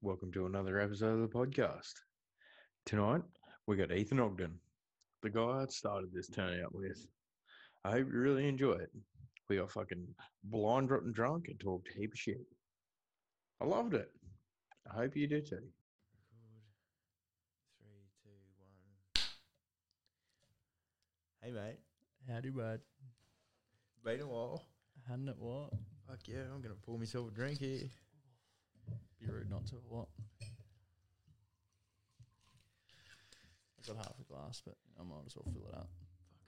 Welcome to another episode of the podcast. Tonight, we got Ethan Ogden, the guy I started this turnout with. I hope you really enjoy it. We got fucking blind, rotten drunk and talked heap of shit. I loved it. I hope you do too. Record. Three, two, one. Hey, mate. Howdy, bud. Been a while. Hadn't it what? Fuck yeah, I'm gonna pour myself a drink here. Be rude not to what? I've got half a glass, but I might as well fill it up.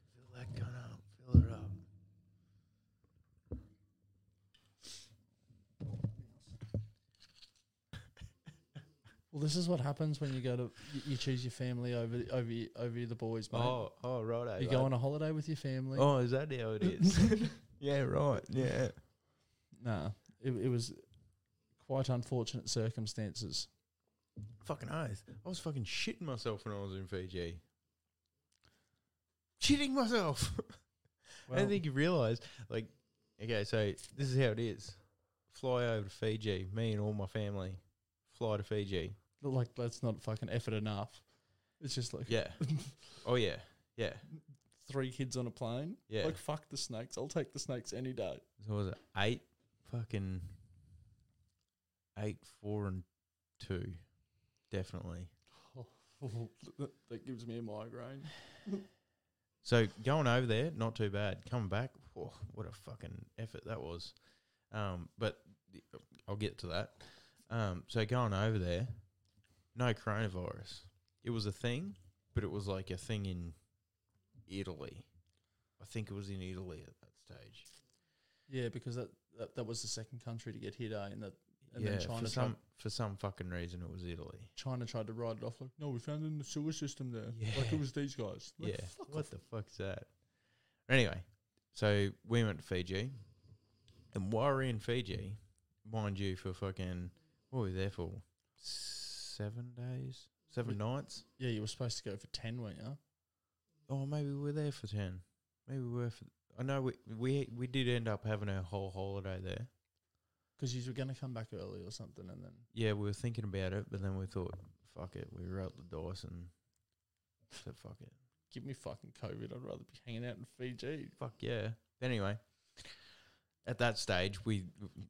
Fucking fill that gun up. Fill it up. Well, this is what happens when you go to you, you choose your family over over y- over the boys, mate. Oh, oh, right. you go on a holiday with your family. Oh, is that how it is? yeah, right. Yeah. Nah, it, it was quite unfortunate circumstances. Fucking oath. I was fucking shitting myself when I was in Fiji. Shitting myself. I Well, don't think you realise, like, okay, so this is how it is. Fly over to Fiji, me and all my family. Fly to Fiji. like that's not fucking effort enough. It's just like Yeah. oh yeah. Yeah. three kids on a plane. Yeah. Like fuck the snakes. I'll take the snakes any day. So what was it eight fucking eight, four and two. Definitely. that gives me a migraine. So going over there, not too bad. Coming back, whoa, what a fucking effort that was. Um, but the- I'll get to that. Um, so going over there, no coronavirus. It was a thing, but it was like a thing in Italy. I think it was in Italy at that stage. Yeah, because that, that that was the second country to get hit, eh? And that and yeah, then China for tried, some for some fucking reason, it was Italy. China tried to write it off like, no, we found it in the sewer system there. Yeah. Like it was these guys. Like, yeah. fuck what off. the fuck's that? Anyway, so we went to Fiji, and while we we're in Fiji, mind you, for fucking what were we there for? Seven days, seven nights. yeah, you were supposed to go for ten, weren't you? Oh, maybe we were there for ten. Maybe we were. For, I know we we we did end up having a whole holiday there. Because you were going to come back early or something, and then Yeah, we were thinking about it, but then we thought, fuck it. We rolled the dice and said, fuck it. give me fucking COVID. I'd rather be hanging out in Fiji. fuck yeah. Anyway, at that stage, we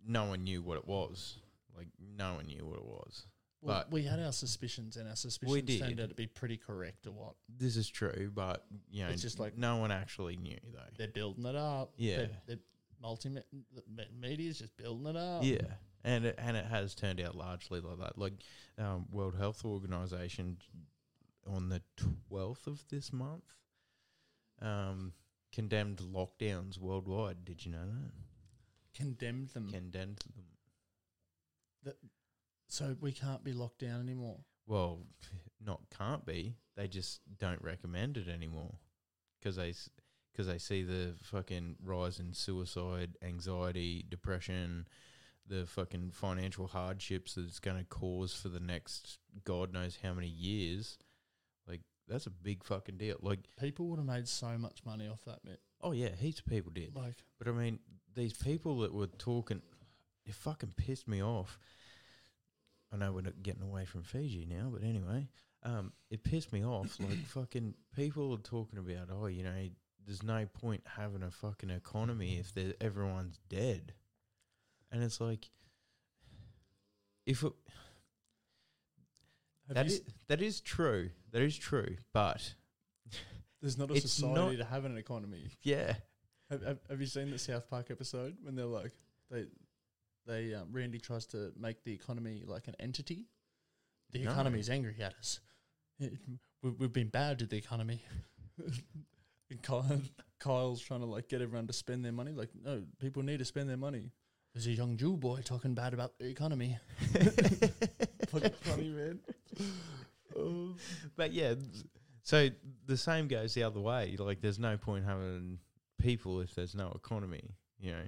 no one knew what it was. Like no one knew what it was. Well, But- we had our suspicions, and our suspicions did. turned out to be pretty correct. Or what? This is true, but you know, It's just like- no one actually knew though. They're building it up. Yeah. They're, they're multimedia is just building it up. Yeah, and it, and it has turned out largely like that. Like um, World Health Organization on the twelfth of this month um, condemned lockdowns worldwide. Did you know that? Condemned them. Condemned them. so we can't be locked down anymore. Well, not can't be. They just don't recommend it anymore because they because they see the fucking rise in suicide, anxiety, depression, the fucking financial hardships that it's going to cause for the next god knows how many years. Like that's a big fucking deal. Like People would have made so much money off that, mate. oh yeah, heaps of people did. Like, But I mean, these people that were talking, it fucking pissed me off. I know we're not getting away from Fiji now, but anyway, um, it pissed me off. Like fucking people are talking about, oh, you know, there's no point having a fucking economy if there- everyone's dead, and it's like, if it, have that you is s- that is true, that is true, but there's not a it's not- society to have an economy. yeah, Have, have, have you seen the South Park episode when they're like, they, they, um, Randy tries to make the economy like an entity? The No. economy is angry at us. It- we, we've been bad to the economy. and Kyle, Kyle's trying to like get everyone to spend their money. Like, no, people need to spend their money. There's a young Jew boy talking bad about the economy. Fucking funny, man. but yeah, th- so the same goes the other way. Like, there's no point having people if there's no economy, you know,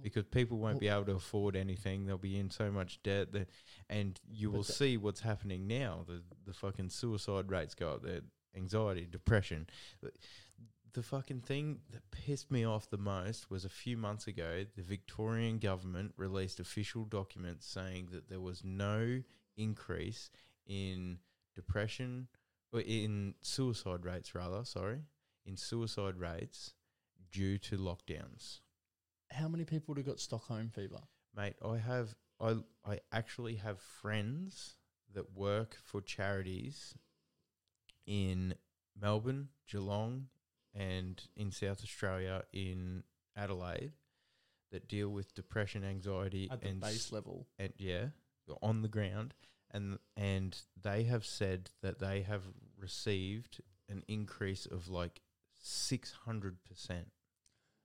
because people won't be able to afford anything. They'll be in so much debt that, and you will But the- see what's happening now. The the fucking suicide rates go up. The anxiety, depression, th- the fucking thing that pissed me off the most was a few months ago, the Victorian government released official documents saying that there was no increase in depression or in suicide rates, rather, sorry, in suicide rates due to lockdowns. How many people have got Stockholm fever? Mate, I have I I actually have friends that work for charities in Melbourne, Geelong, and in South Australia in Adelaide that deal with depression, anxiety, At the and base level, and yeah, on the ground, and and they have said that they have received an increase of like six hundred percent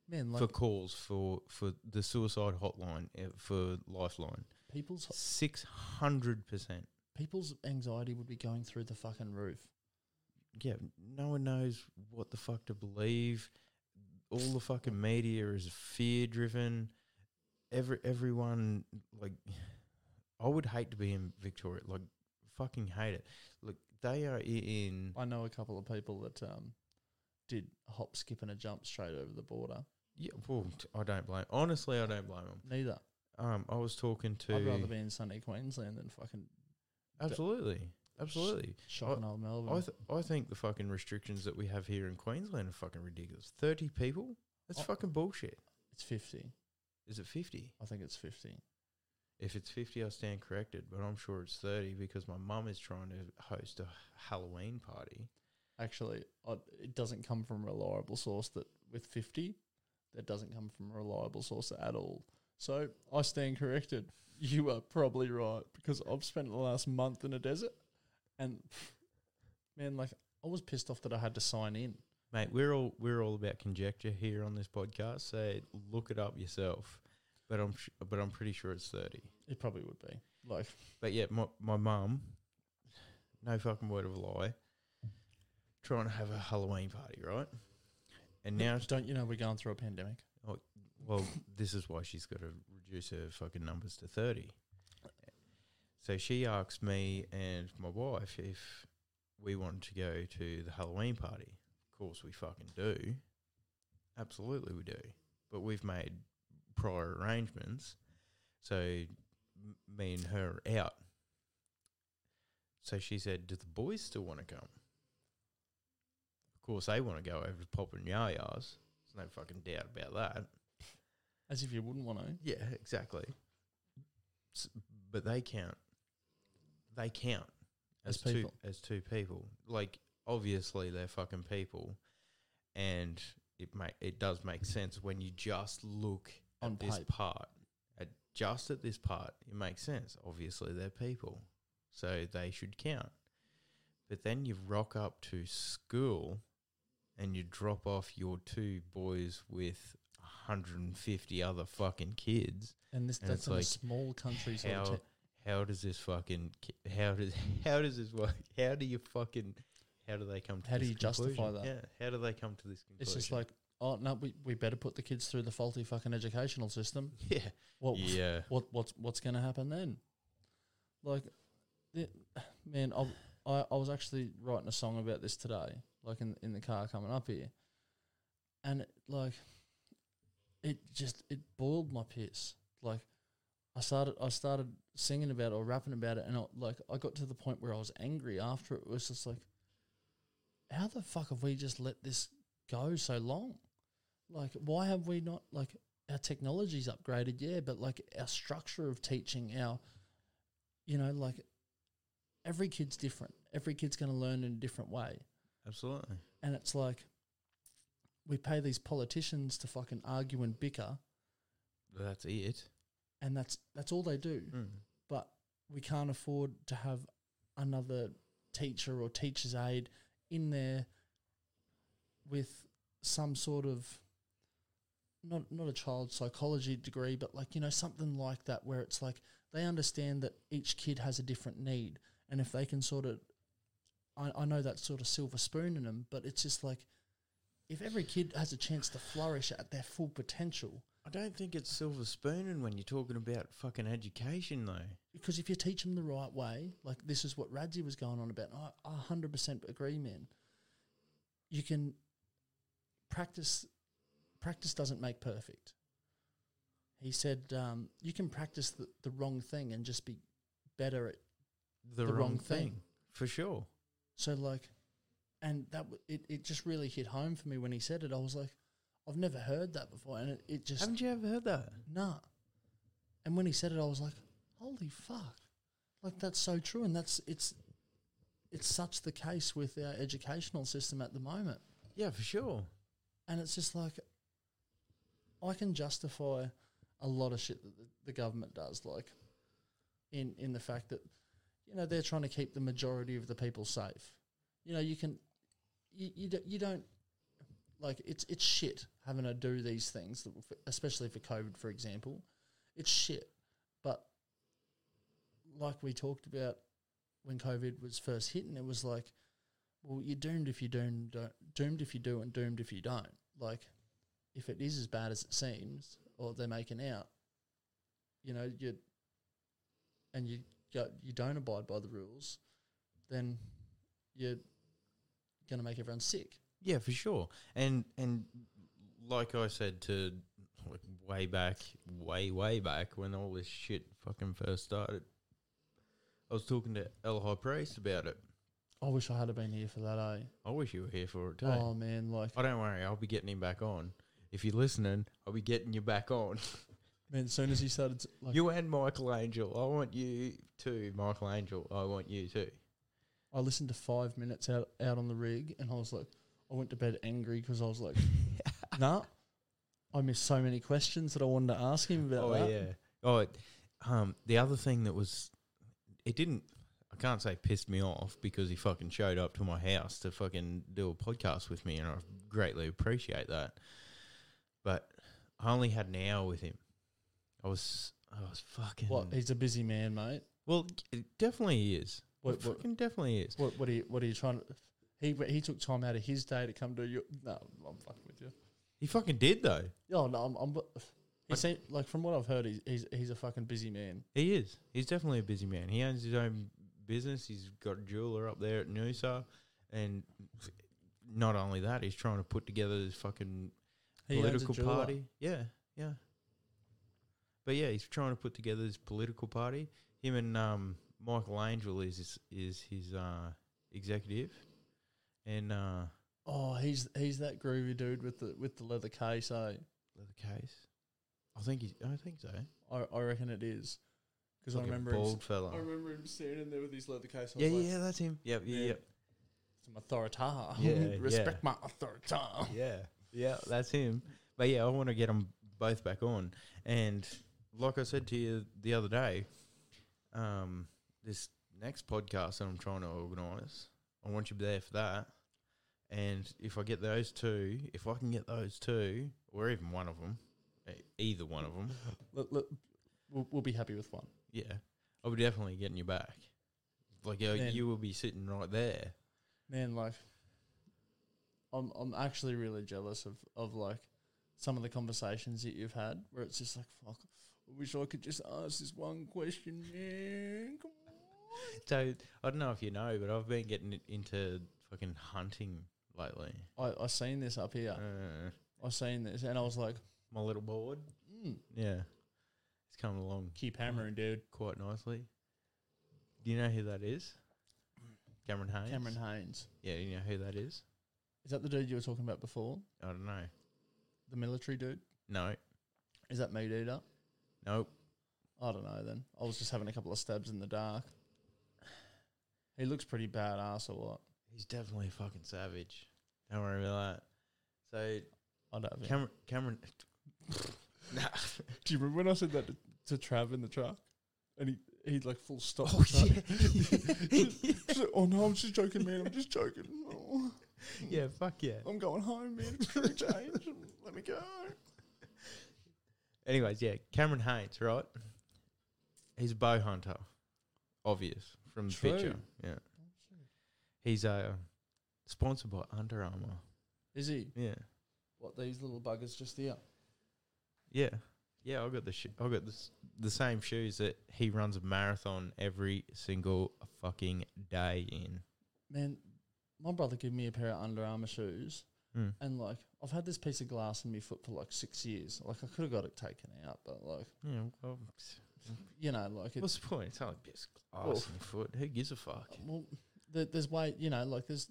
man, like for calls for for the suicide hotline uh, for Lifeline. people's Six hundred percent. people's anxiety would be going through the fucking roof. Yeah, no one knows what the fuck to believe. All the fucking media is fear driven. Every everyone like, I would hate to be in Victoria. Like, fucking hate it. Look, they are i- in. I know a couple of people that um, did hop, skip, and a jump straight over the border. Yeah, well, t- I don't blame. Honestly, I don't blame them. Neither. Um, I was talking to. I'd rather be in sunny Queensland than fucking absolutely, absolutely. shocking old Melbourne. I th- I think the fucking restrictions that we have here in Queensland are fucking ridiculous. Thirty people. That's Oh. fucking bullshit. it's fifty. Is it fifty? I think it's fifty. If it's 50, I stand corrected, but I'm sure it's 30 because my mum is trying to host a Halloween party. Actually, I, it doesn't come from a reliable source. That with fifty, that doesn't come from a reliable source at all. So I stand corrected. You are probably right because I've spent the last month in a desert, and man, like I was pissed off that I had to sign in. Mate, we're all we're all about conjecture here on this podcast, so look it up yourself. But I'm sh- but I'm pretty sure it's 30. It probably would be like But yeah, my my mum, no fucking word of a lie, trying to have a Halloween party, right? And now, don't you know we're going through a pandemic? well, this is why she's got to reduce her fucking numbers to 30. So she asked me and my wife if we wanted to go to the Halloween party. Of course, we fucking do. Absolutely, we do. But we've made prior arrangements. So m- me and her are out. So she said, Do the boys still want to come? Of course, they want to go over to Pop and Yaya's. There's no fucking doubt about that. As if you wouldn't want to. Yeah, exactly. S- but they count. They count As as, two people. as two people. Like obviously they're fucking people, and it ma- it does make sense when you just look On at this paper. part. At just at this part, it makes sense. Obviously they're people, so they should count. But then you rock up to school, and you drop off your two boys with. 150 other fucking kids And this And that's it's in a like, small country. Sort how of town. how does this fucking ki- how does how does this work? How do you fucking how do they come to How do this you justify conclusion? that? Yeah, how do they come to this conclusion? it's just like, oh no, we, we better put the kids through the faulty fucking educational system. yeah, What yeah. what what's what's going to happen then? Like, the man, I, I I was actually writing a song about this today, like in in the car coming up here, and it, like, it just it boiled my piss. Like, I started I started singing about it or rapping about it, and I, like I got to the point where I was angry after it was just like, how the fuck have we just let this go so long? Like, why have we not like our technology's upgraded, yeah, but like our structure of teaching, our, you know, like every kid's different. Every kid's going to learn in a different way. Absolutely. And it's like we pay these politicians to fucking argue and bicker, That's it. and that's that's all they do. But we can't afford to have another teacher or teacher's aide in there with some sort of not not a child psychology degree, but like you know something like that, where it's like they understand that each kid has a different need, and if they can sort of, I, I know that sort of silver spoon in them, but it's just like if every kid has a chance to flourish at their full potential, I don't think it's silver spooning when you're talking about fucking education though. because if you teach them the right way, like this is what Radzi was going on about, and I I 100% agree, man. You can practice practice doesn't make perfect. He said um, you can practice the, the wrong thing and just be better at The, The wrong, wrong thing. thing. for sure. so like, and that w- it it just really hit home for me when he said it. I was like, I've never heard that before, and it, it just Haven't you ever heard that? nah. And when he said it, I was like, holy fuck, like that's so true, and that's it's it's such the case with our educational system at the moment. Yeah, for sure. And it's just like, I can justify a lot of shit that the, the government does, like in in the fact that you know they're trying to keep the majority of the people safe. You know, you can you you, do, you don't like it's it's shit having to do these things, that- especially for COVID, for example. It's shit, but like we talked about when COVID was first hitting, it was like well, you're doomed if you doomed, don't, uh, doomed if you do, and doomed if you don't. Like, if it is as bad as it seems, or they're making out, you know, you and you go, you don't abide by the rules, then you're gonna make everyone sick. Yeah, for sure. And and like I said to like way back, way way back when all this shit fucking first started, I was talking to El High Priest about it. I wish I had been here for that. Eh? I wish you were here for it too. Oh man, like I don't worry, I'll be getting him back on. If you're listening, I'll be getting you back on. man, as soon as he started, to, like You and Michael Angel. I want you too, Michael Angel. I want you too. I listened to five minutes out out on the rig, and I was like, I went to bed angry because I was like, nah. I missed so many questions that I wanted to ask him about Oh that. yeah. Oh, it- um, the other thing that was, it didn't. I can't say pissed me off because he fucking showed up to my house to fucking do a podcast with me, and I greatly appreciate that. But I only had an hour with him. I was, I was fucking. What? He's a busy man, mate. Well, it definitely is. What? What? fucking definitely is. What, what are you? What are you trying to? He he took time out of his day to come to you. No, I'm fucking with you. He fucking did though. Oh no, I'm. I'm he Like- seemed, like from what I've heard, he's, he's he's a fucking busy man. He is. He's definitely a busy man. He owns his own business. He's got a jeweler up there at Noosa, and not only that, he's trying to put together this fucking He owns a political jeweler. party. Yeah, yeah. But yeah, he's trying to put together this political party. Him and um, Michael Angel is his, is his uh, executive, and uh, Oh, he's he's that groovy dude with the with the leather case. Eh? leather case. I think he's. I think so. I I reckon it is because I Like a remember him, bald fella. I remember him standing there with his leather case. Oh. I Yeah, was like, yeah, that's him. Yep, Yeah. yeah, yep. Some authority. Yeah, Respect my authority. yeah, yeah, that's him. But yeah, I want to get them both back on. And like I said to you the other day, um, this next podcast that I'm trying to organise, I want you there for that. And if I get those two, if I can get those two, or even one of them, either one of them, Look, look, we'll, we'll be happy with one. yeah, I'll be definitely getting you back. Like uh, Man. you will be sitting right there. man, like, I'm I'm actually really jealous of of like some of the conversations that you've had where it's just like, fuck, I wish I could just ask this one question, man. Come on. So I don't know if you know, but I've been getting into fucking hunting lately. I I seen this up here. Uh, I seen this, and I was like, my little board. mm, Yeah. It's coming along keep hammering, dude. quite nicely. Do you know who that is? Cameron Haynes. Cameron Haynes, Yeah, you know who that is? is that the dude you were talking about before? I don't know. The military dude? No. Is that meat eater? Nope. I don't know. Then I was just having a couple of stabs in the dark. He looks pretty badass, or what? He's definitely fucking savage. Don't worry about that. I don't. So know. Cameron Cameron Nah. Do you remember when I said that to, to Trav in the truck? And he, he like full stop. Oh, the yeah. truck. He's like, oh no, I'm just joking, man. I'm just joking. Oh, yeah, fuck yeah. I'm going home, man. It's for a change. Let me go. Anyways, yeah, Cameron Haynes, right? He's a bow hunter. Obvious from the picture. True. Yeah. He's uh sponsored by Under Armour. Is he? Yeah. What, these little buggers just here? Yeah, yeah. I got the sh- I got the s- the same shoes that he runs a marathon every single fucking day in. Man, my brother gave me a pair of Under Armour shoes Mm. And like, I've had this piece of glass in my foot for like six years. Like, I could have got it taken out, but like, Yeah, well, you know, like it's what's the point? It's not like piss glass Well, in your foot. Who gives a fuck? well, there, there's way, you know, like there's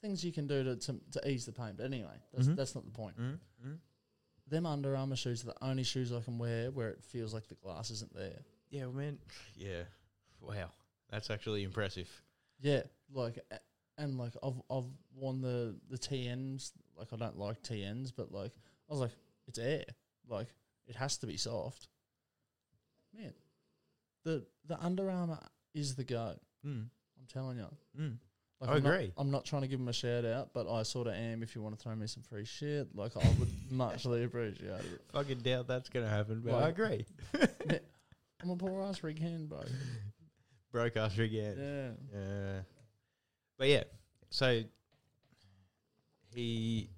things you can do to to, to ease the pain. But anyway, that's Mhm. that's not the point. Mm, mm. Them Under Armour shoes are the only shoes I can wear where it feels like the glass isn't there. Yeah, man. Yeah. Wow, that's actually impressive. Yeah, like a- and like I've I've worn the the TNs. Like I don't like TNs, but like I was like, it's air. Like it has to be soft. Man, the the Under Armour is the go. Mm, I'm telling you. mm. Like, I I'm not- agree. I'm not trying to give him a shout out, but I sort of am. If you want to throw me some free shit, like I would muchly appreciate it. Fucking doubt that's gonna happen, but I Like- agree. I'm a poor ass rig hand, bro. Broke us again. Yeah. Uh, but yeah, so he,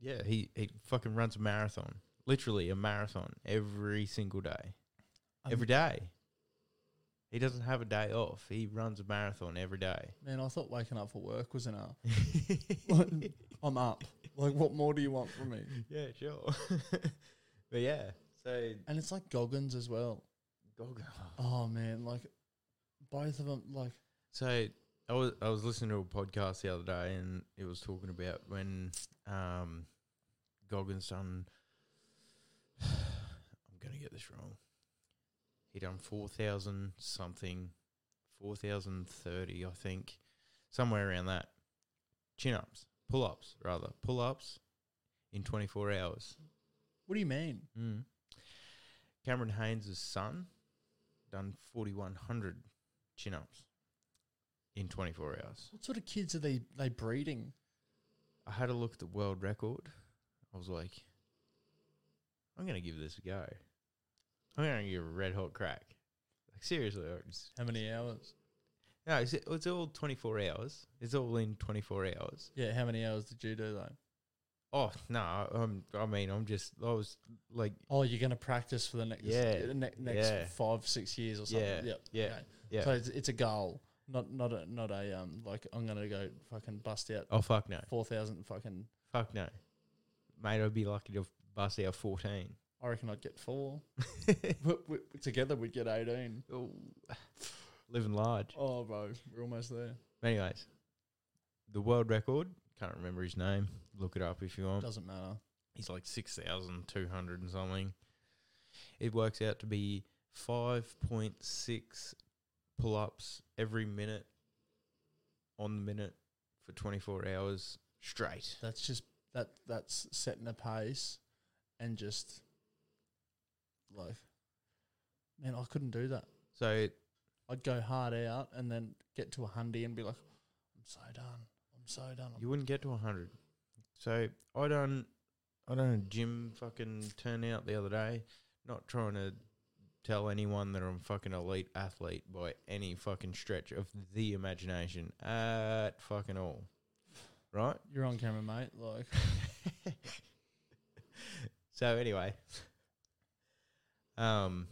yeah, he he fucking runs a marathon, literally a marathon every single day, Um, every day. He doesn't have a day off. He runs a marathon every day. Man, I thought waking up for work was enough. Like, I'm up. Like, what more do you want from me? yeah, sure. but yeah, so And it's like Goggins as well. Gogo. Oh man, like both of them. Like, So I was I was listening to a podcast the other day, and it was talking about when um, Goggins done. I'm gonna get this wrong. He done four thousand something, four thousand thirty, I think, somewhere around that. Chin ups, pull ups, rather pull ups, in twenty four hours. what do you mean? Mm. Cameron Haynes' son done 4,100 chin ups in 24 hours. What sort of kids are they? They breeding? I had a look at the world record. I was like, I'm going to give this a go. I'm going to give it a red hot crack. Like, seriously. I was- How many hours? No, it's, it's all 24 hours. It's all in 24 hours. Yeah, how many hours did you do though? Oh, no. I'm, I mean, I'm just, I was like, Oh, you're gonna practice for the next Yeah, yeah, ne- next yeah. five six years or something. Yeah, Yep, yeah, okay. yeah. So it's, it's a goal, not not a not a um like I'm gonna go fucking bust out oh, fuck no. four thousand fucking. Fuck no. Mate, I'd be lucky to bust out 14. I reckon I'd get four. but we, together we'd get eighteen. Living large. Oh, bro, we're almost there. Anyways, the world record, can't remember his name. Look it up if you want. Doesn't matter. He's like 6,200 and something. It works out to be 5.6 pull ups every minute on the minute for 24 hours straight. That's just that that's setting a pace, and just like, man, I couldn't do that. So I'd go hard out and then get to a hundy and be like, I'm so done. I'm so done. I'm You wouldn't get to 100. So I done I done a gym fucking turnout the other day. Not trying to tell anyone that I'm fucking elite athlete by any fucking stretch of the imagination at fucking all. Right? You're on camera, mate. Like, so anyway, um,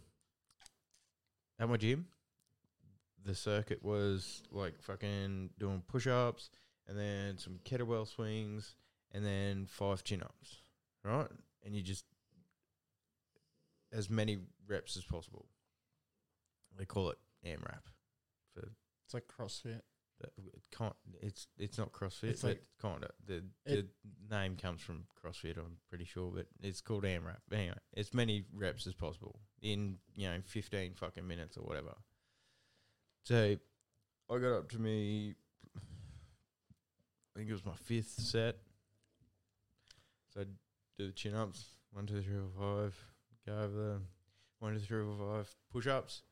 at my gym, the circuit was like fucking doing push-ups and then some kettlebell swings and then five chin-ups, right? And you just as many reps as possible. They call it AMRAP. it's like CrossFit. That- It can't. It's it's not CrossFit. It's It's like- like kind of the the It- name comes from CrossFit. I'm pretty sure, but it's called AMRAP. Anyway, as many reps as possible in you know 15 fucking minutes or whatever. So I got up to me. I think it was my fifth set. So I do the chin ups. One, two, three, four, five. Go over the one, two, three, four, five push ups.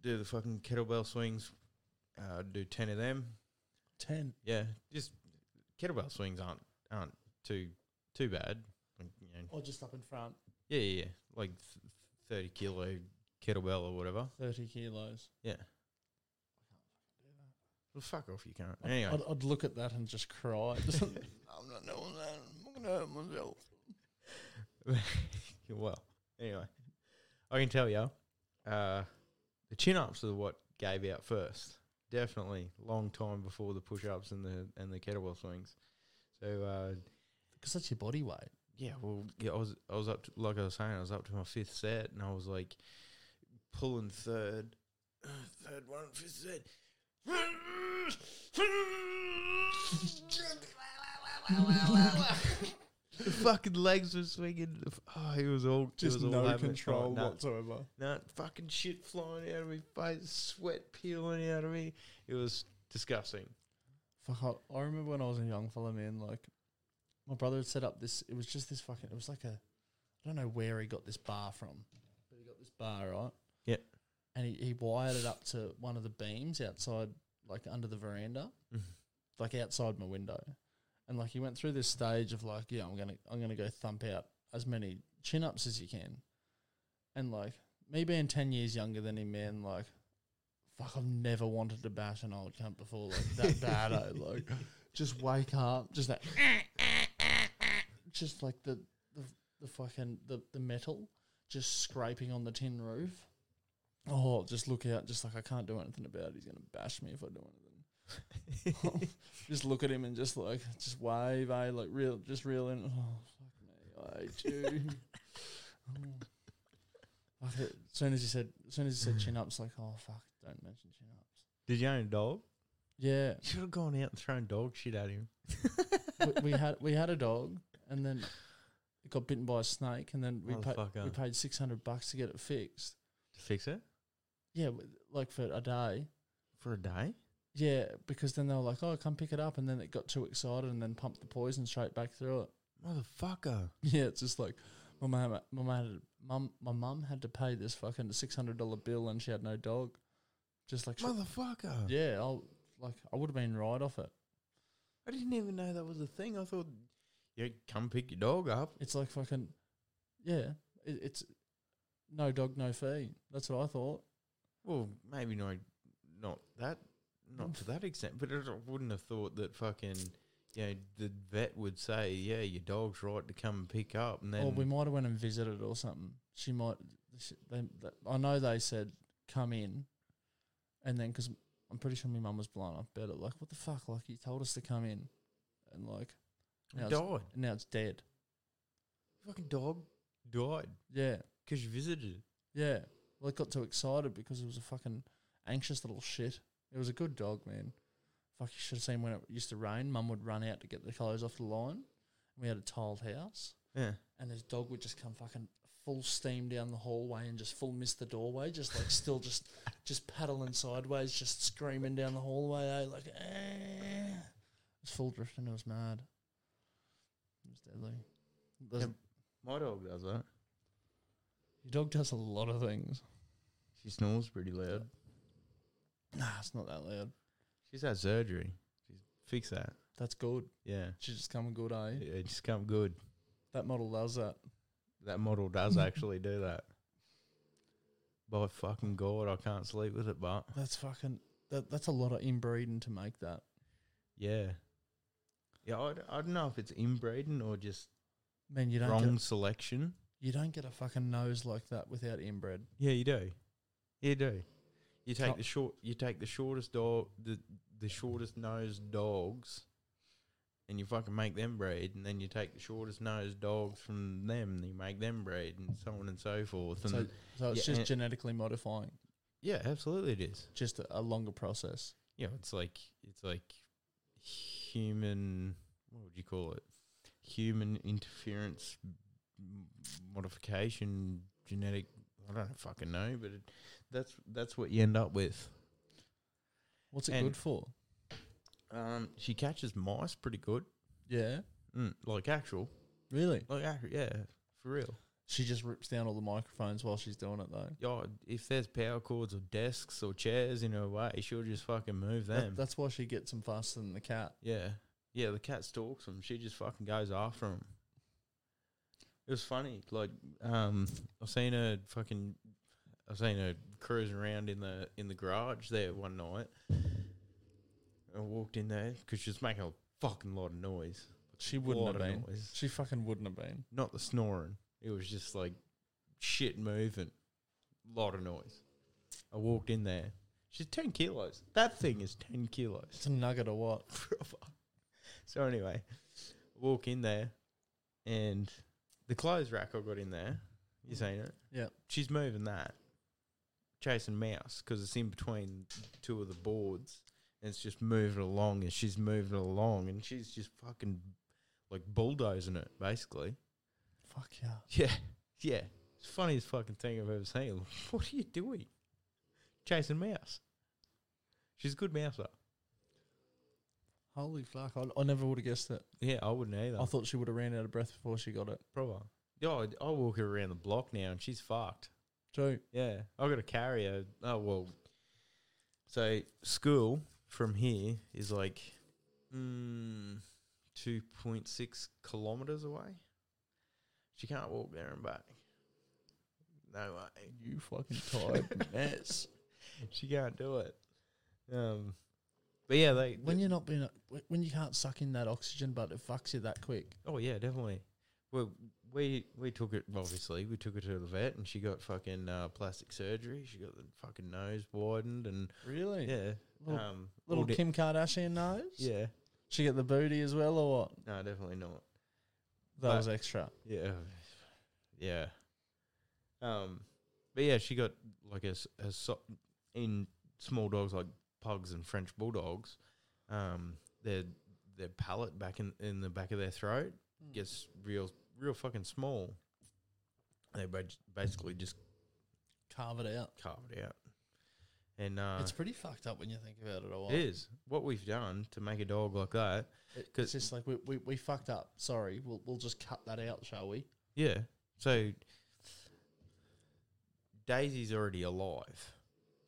Do the fucking kettlebell swings. Uh, do ten of them. 10. Yeah, just kettlebell swings aren't aren't too too bad. Like, you know, Or just up in front. yeah, yeah, yeah, like th- thirty kilo kettlebell or whatever. 30 kilos. Yeah. Well, fuck off, you can't. Anyway, I'd, I'd look at that and just cry. Just, I'm not doing that. I'm going to hurt myself. well, anyway, I can tell you, uh, the chin ups are what gave out first. Definitely, long time before the push ups and the and the kettlebell swings. So uh, because that's your body weight. yeah, well, yeah, I was I was up to, like I was saying, I was up to my fifth set, and I was like pulling third, third one, fifth set. the fucking legs were swinging. The f- Oh, it was all it Just was all no having- control no, whatsoever. no, fucking shit flying out of me face, sweat peeling out of me. It was disgusting. Fuck, I, I remember when I was a young fella, man. Like, my brother had set up this. It was just this fucking. It was like a. I don't know where he got this bar from, but he got this bar right. Yep. And he, he wired it up to one of the beams outside, like under the veranda, like outside my window, and like he went through this stage of like, yeah, I'm gonna I'm gonna go thump out as many chin ups as you can, and like me being ten years younger than him, man, like. Fuck! I've never wanted to bash an old cunt before like that bad. eh? Like, just wake up, just that, just like the the, the fucking the, the metal just scraping on the tin roof. Oh, just look out, just like I can't do anything about it. He's gonna bash me if I do anything. just look at him and just like just wave, eh? Like real, just reel in. Oh fuck me, I hate you. Oh. Fuck it. As soon as he said, as soon as he said chin ups, like oh fuck, don't mention chin ups. Did you own a dog? Yeah, You should have gone out and thrown dog shit at him. we, we had we had a dog, and then it got bitten by a snake, and then we Oh, paid we Motherfucker. paid six hundred bucks to get it fixed. To fix it? Yeah, w- like for a day. For a day? Yeah, because then they were like, "Oh, come pick it up," and then it got too excited and then pumped the poison straight back through it. Motherfucker. Yeah, it's just like my mum, my mum, had- mum, my mum had to pay this fucking six hundred dollar bill, and she had no dog. Just like, she- Motherfucker. yeah, I'll like I would have been right off it. I didn't even know that was a thing. I thought, yeah, come pick your dog up. It's like fucking, yeah, it, it's no dog, no fee. That's what I thought. Well, maybe not, not that, not to that extent, but I wouldn't have thought that fucking, you know, the vet would say, yeah, your dog's right to come and pick up. And then, or we might have went and visited or something. She might. She, they, th I know they said come in, and then because I'm pretty sure my mum was blown up about it. Like, what the fuck? Like, you told us to come in, and like it now it's, died. now it's dead. Fucking dog died Yeah, because you visited it. yeah. Well, it got too excited because it was a fucking anxious little shit. It was a good dog, man. Fuck, you should have seen when it used to rain. Mum would run out to get the clothes off the line. We had a tiled house. Yeah. and this dog would just come fucking full steam down the hallway and just full miss the doorway, just like still just just paddling sideways, just screaming down the hallway, eh? like eh. it was full drifting. It was mad. It was deadly. Does- Yep. My dog does that. Your dog does a lot of things. She snores pretty loud. Nah, it's not that loud. She's had surgery. She's fixed that. That's good. Yeah. She's just coming good, eh? It just come good. That model does that. That model does actually do that. By fucking God, I can't sleep with it, but That's fucking. That, that's a lot of inbreeding to make that. yeah. Yeah, I, d- I don't know if it's inbreeding or just Man, you don't wrong Get, selection. you don't get a fucking nose like that without inbred. Yeah, you do. You do. You take Can't- the short. You take the shortest dog, the the shortest nosed dogs, and you fucking make them breed, and then you take the shortest nosed dogs from them, and you make them breed, and so on and so forth. And So, so it's Yeah, just and- genetically modifying. yeah, absolutely, it is. just a, a longer process. Yeah, it's like it's like human. What would you call it? Human interference m- modification, genetic. I don't fucking know, but it, that's that's what you end up with. What's it And- good for? Um, she catches mice pretty good. Yeah, Mm, like actual, really. like actual, yeah, for real. She just rips down all the microphones while she's doing it, though. Yeah, if there's power cords or desks or chairs in her way, she'll just fucking move That- them. that's why she gets them faster than the cat. Yeah. Yeah, the cat stalks him. She just fucking goes after him. It was funny. Like, um, I've seen her fucking, I've seen her cruising around in the in the garage there one night. I walked in there because she was making a fucking lot of noise. She wouldn't lot have of been. noise. She fucking wouldn't have been. Not the snoring. It was just like shit moving. Lot of noise. I walked in there. She's ten kilos. That thing is ten kilos. It's a nugget or what? Brother. So anyway, walk in there, and the clothes rack I got in there. You seen it? Yeah. She's moving that, chasing mouse because it's in between two of the boards, and it's just moving along, and she's moving along, and she's just fucking like bulldozing it basically. Fuck yeah. Yeah, yeah. It's the funniest fucking thing I've ever seen. What are you doing? Chasing mouse. She's a good mouser. Holy fuck. I, I never would have guessed that. Yeah, I wouldn't either. I thought she would have ran out of breath before she got it. Probably. Oh, I- I walk her around the block now and she's fucked. True. Yeah. I've got to carry her. Oh, well. So, school from here is like mm, 2.6 kilometers away. She can't walk there and back. No way. You fucking tired mess. She can't do it. Um, but yeah, they. When you're not being, a- when you can't suck in that oxygen, but it fucks you that quick. Oh yeah, definitely. Well, we we took it obviously. We took her to the vet, and she got fucking uh, plastic surgery. She got the fucking nose widened, and Really? yeah, Little, um, little all di- Kim Kardashian nose. yeah, She get the booty as well, or what? no, definitely not. That But- was extra. Yeah, yeah. Um, but yeah, she got like a, s- a so- in small dogs like pugs and French bulldogs. Um, their their palate back in in the back of their throat gets real real fucking small. They ba- basically just Carve it out. carved out. And uh, it's pretty fucked up when you think about it. A lot. it is what we've done to make a dog like that. It- 'Cause- it's just like we, we, we fucked up. Sorry, we'll we'll just cut that out, shall we? Yeah. So Daisy's already alive.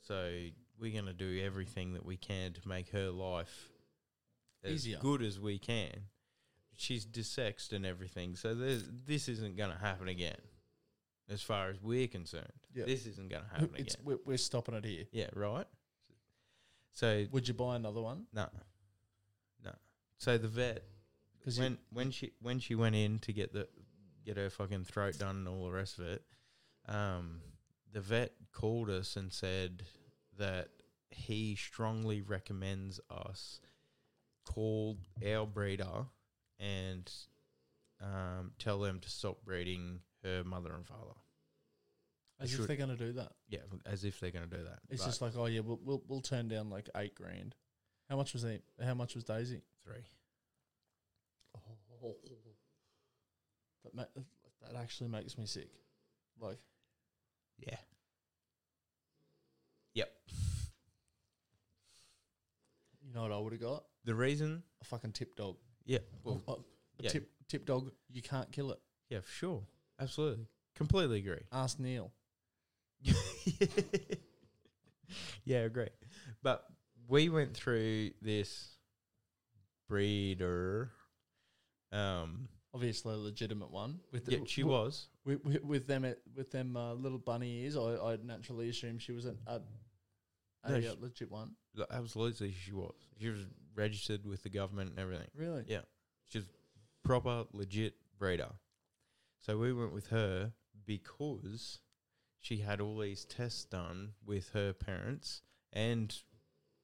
So we're going to do everything that we can to make her life as Easier. good as we can. She's dissexed and everything. So there's, this isn't going to happen again. As far as we're concerned, Yeah. this isn't going to happen It's again. we're, we're stopping it here. Yeah, right? So Would you buy another one? No, no. So the vet, 'Cause you- when when she when she went in to get the get her fucking throat done and all the rest of it, um, the vet called us and said that he strongly recommends us call our breeder and um, tell them to stop breeding her mother and father. As should. if they're going to do that. Yeah, as if they're going to do that. It's But just like, oh yeah, we'll, we'll we'll turn down like eight grand. How much was they? How much was Daisy? three. Oh. That ma- that actually makes me sick. Like Yeah. Yep. you know what I would have got The reason. a fucking tip dog. Yeah. Well, Well, a Oh, yeah. tip tip dog. You can't kill it. Yeah, for sure. Absolutely. Completely agree. Ask Neil. yeah, agree. But we went through this breeder. Um, Obviously, a legitimate one with yeah, she w- was. with, with, with them at, with them uh, little bunny ears. I I naturally assumed she was an, a a No, uh, she- legit one. L- Absolutely, she was. She was registered with the government and everything. Really? Yeah. She's proper, legit breeder. So we went with her because she had all these tests done with her parents and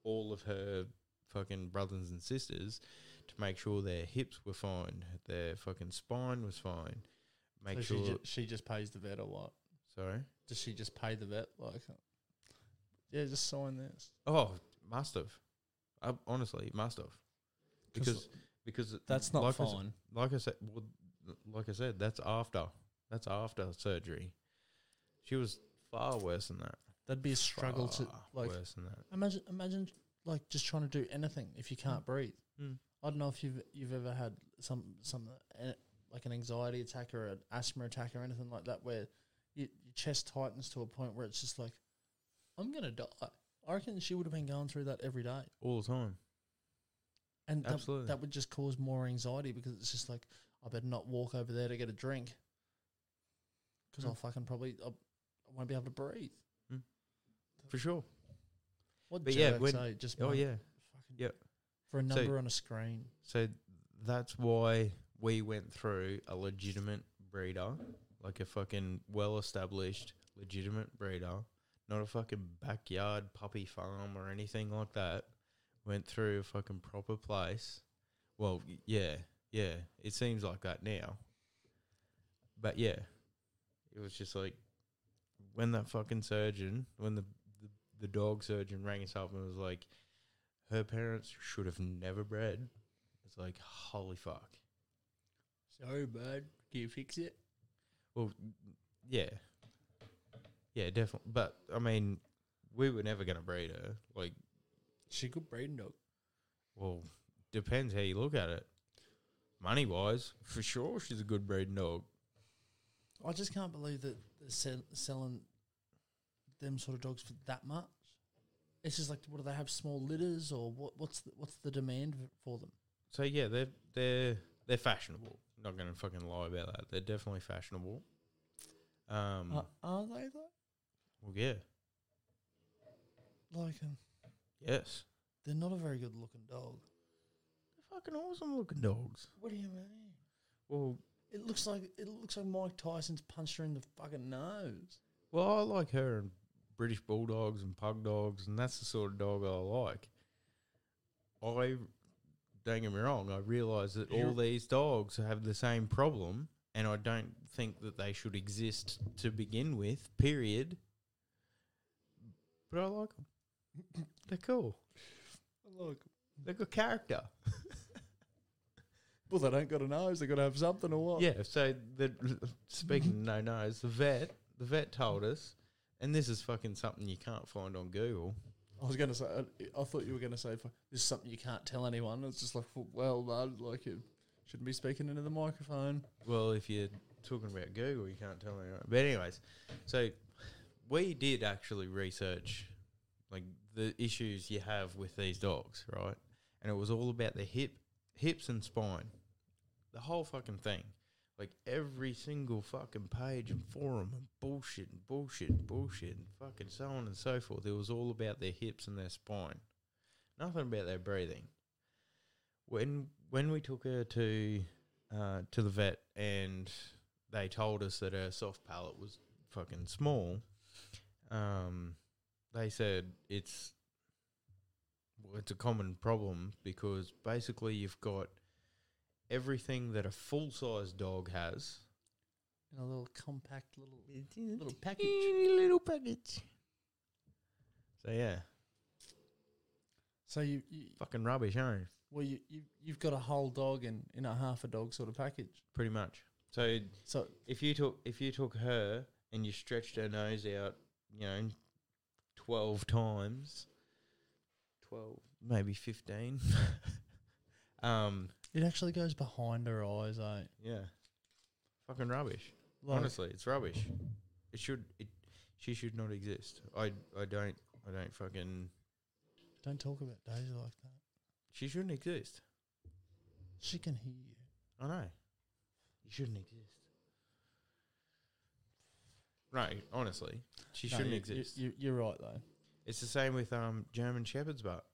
all of her fucking brothers and sisters to make sure their hips were fine, their fucking spine was fine. Make so sure. she, ju- she just pays the vet or what? sorry. Does she just pay the vet like? uh, Yeah, just sign this Oh, must have. I, honestly, must have. Because because that's not like I s- fine. like I said, well, like I said, that's after. That's after surgery. She was far worse than that. That'd be a struggle to Far like. worse than that. Imagine, imagine like just trying to do anything if you can't breathe. Mm. I don't know if you've you've ever had some some uh, like an anxiety attack or an asthma attack or anything like that where you, your chest tightens to a point where it's just like I'm gonna die. I reckon she would have been going through that every day, All the time. and that, Absolutely. that would just cause more anxiety because it's just like I better not walk over there to get a drink because Mm. I'll fucking probably I, I won't be able to breathe. For sure. What But jerks, yeah, when- eh? just Oh one yeah. fucking Yep. for a So- number on a screen. So that's why we went through a legitimate breeder, like a fucking well established legitimate breeder, not a fucking backyard puppy farm or anything like that. Went through a fucking proper place Well, y- yeah, yeah. It seems like that now. But yeah, it was just like when that fucking surgeon, when the the, the dog surgeon rang us up and was like, her parents should have never bred. It's like holy fuck. Sorry, bud. Can you fix it? Well, yeah, yeah, definitely. But I mean, we were never gonna breed her. Like, She could breed a dog. well, depends how you look at it. Money wise, for sure, she's a good breeding dog. I just can't believe that they're sell- selling them sort of dogs for that much. It's just like, what do they have? Small litters, or what? What's the, what's the demand v- for them? So yeah, they're they're they're fashionable. Not gonna fucking lie about that. They're definitely fashionable. Um. Are, are they though? well, yeah. Like, um, Yes. they're not a very good looking dog. They're fucking awesome looking dogs. What do you mean? Well, It looks like it looks like Mike Tyson's punched her in the fucking nose. well, I like her and British bulldogs and pug dogs, and that's the sort of dog I like. I don't get me wrong. I realise that all You're- these dogs have the same problem, and I don't think that they should exist to begin with. Period. But I like them. They're cool. Look, They got character. well, they don't got a nose. They got to have something or what? Yeah. So the speaking of no nos, the vet, the vet told us, and this is fucking something you can't find on Google. I was gonna say. I, I thought you were gonna say "Fuck, this is something you can't tell anyone. It's just like, well, bud, like you shouldn't be speaking into the microphone. Well, if you're talking about Google, you can't tell anyone. But anyways, so we did actually research like the issues you have with these dogs, right? And it was all about the hip, hips and spine, the whole fucking thing. Like every single fucking page and forum and bullshit and bullshit and bullshit and fucking so on and so forth. It was all about their hips and their spine, nothing about their breathing. When when we took her to uh, to the vet and they told us that her soft palate was fucking small. Um, they said it's well, it's a common problem because basically you've got everything that a full size dog has. In a little compact little. Little package. little package. So yeah, So you, you fucking rubbish, eh? aren't it? well, you, you you've got a whole dog in in a half a dog sort of package. Pretty much. So So if you took if you took her and you stretched her nose out, you know, twelve times, twelve maybe fifteen. um, it actually goes behind her eyes, eh? yeah, fucking rubbish. Like, Honestly, it's rubbish. It should it. She should not exist. I I don't I don't fucking. don't talk about Daisy like that. She shouldn't exist. She can hear you. I know. You shouldn't exist. Right, honestly, she No, shouldn't you- exist. You, you, are right though. It's the same with um German shepherds, but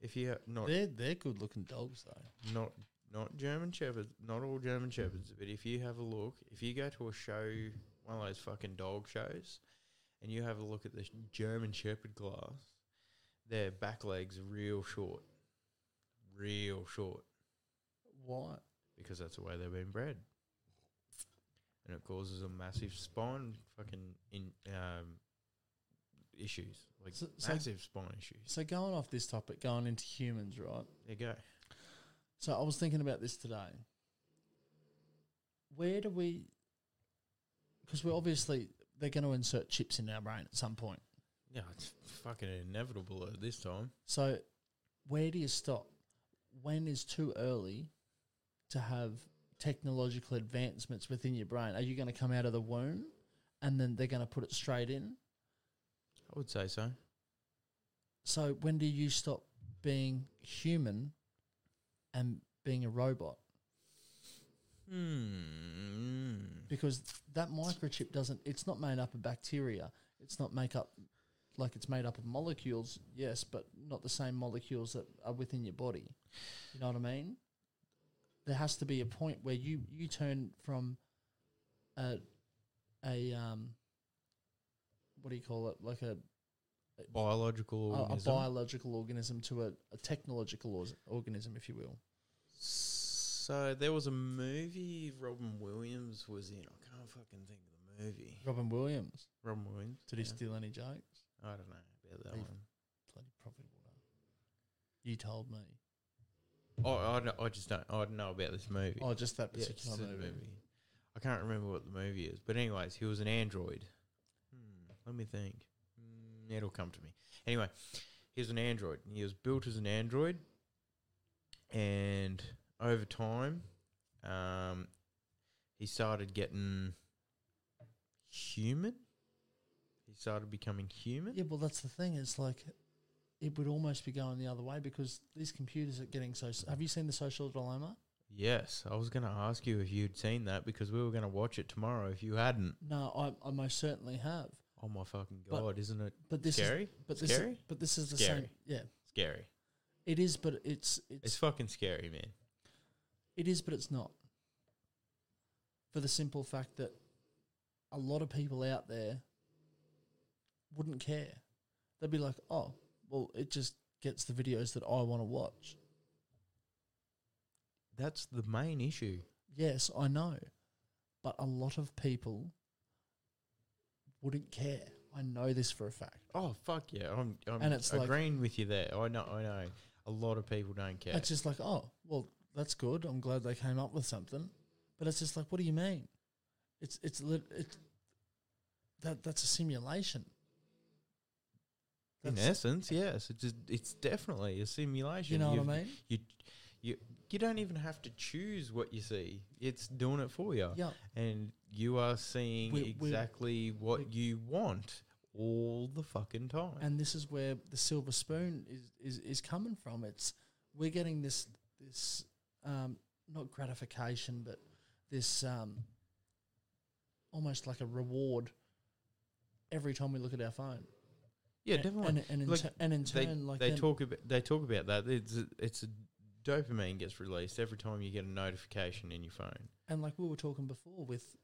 if you not They're they're good looking dogs though. not not German shepherds, not all German shepherds, but if you have a look, if you go to a show, one of those fucking dog shows, and you have a look at the sh- German shepherd class, their back legs are real short, real short, Why? because that's the way they've been bred, and it causes a massive spine fucking in um issues like So- so- massive spine issues. So going off this topic, going into humans, right? There you go. So I was thinking about this today. Where do we? Because we're obviously they're going to insert chips in our brain at some point. Yeah, it's fucking inevitable at this time. So where do you stop? When is too early to have technological advancements within your brain? Are you going to come out of the womb and then they're going to put it straight in? I would say so. So when do you stop being human and being a robot? Hmm. because that microchip doesn't it's not made up of bacteria it's not make up like it's made up of molecules yes but not the same molecules that are within your body you know what i mean there has to be a point where you you turn from a a um what do you call it like a biological a, a organism. biological organism to a, a technological or- organism, if you will. so there was a movie Robin Williams was in. I can't fucking think of the movie. Robin Williams. Robin Williams. Did he yeah. steal any jokes? I don't know about that He- one. Bloody probably would have. You told me. Oh, I, don't- I just don't. I don't know about this movie. Oh, just that Yeah, it's particular in the movie. movie. I can't remember what the movie is, but anyways, he was an android. Hmm, let me think. Mm, it'll come to me. Anyway, he was an android. and He was built as an android, and over time, um, he started getting human. He started becoming human. Yeah, well, that's the thing. It's like it would almost be going the other way because these computers are getting so. Have you seen the social dilemma? Yes, I was going to ask you if you'd seen that because we were going to watch it tomorrow. If you hadn't, No, I, I most certainly have. oh my fucking But- god, isn't it But this is scary? but this Scary? Is, but this is the same. Scary. Yeah, Scary. it is, but it's it's, It's fucking scary, man. it is, but it's not. For the simple fact that a lot of people out there wouldn't care. They'd be like, "Oh, well, it just gets the videos that I want to watch." That's the main issue. Yes, I know. But a lot of people wouldn't care. I know this for a fact. Oh fuck yeah, I'm, I'm And it's like- agreeing with you there. I know, I know. A lot of people don't care. It's just like, oh, well, that's good. I'm glad they came up with something. But it's just like, what do you mean? It's it's lit, it's that that's a simulation. In That's- essence, yes, it's just, it's definitely a simulation. you know You've- what I mean? You, you, you don't even have to choose what you see. It's doing it for you, Yeah. and you are seeing We- we- exactly what we- you want all the fucking time. and this is where the silver spoon is is, is coming from. It's we're getting this this um, not gratification, but this um, almost like a reward every time we look at our phone. yeah, And- definitely. And, and in, Look, tu- and in turn, they, like um, they then- talk about they talk about that. It's a, it's a dopamine gets released every time you get a notification in your phone. and like we were talking before with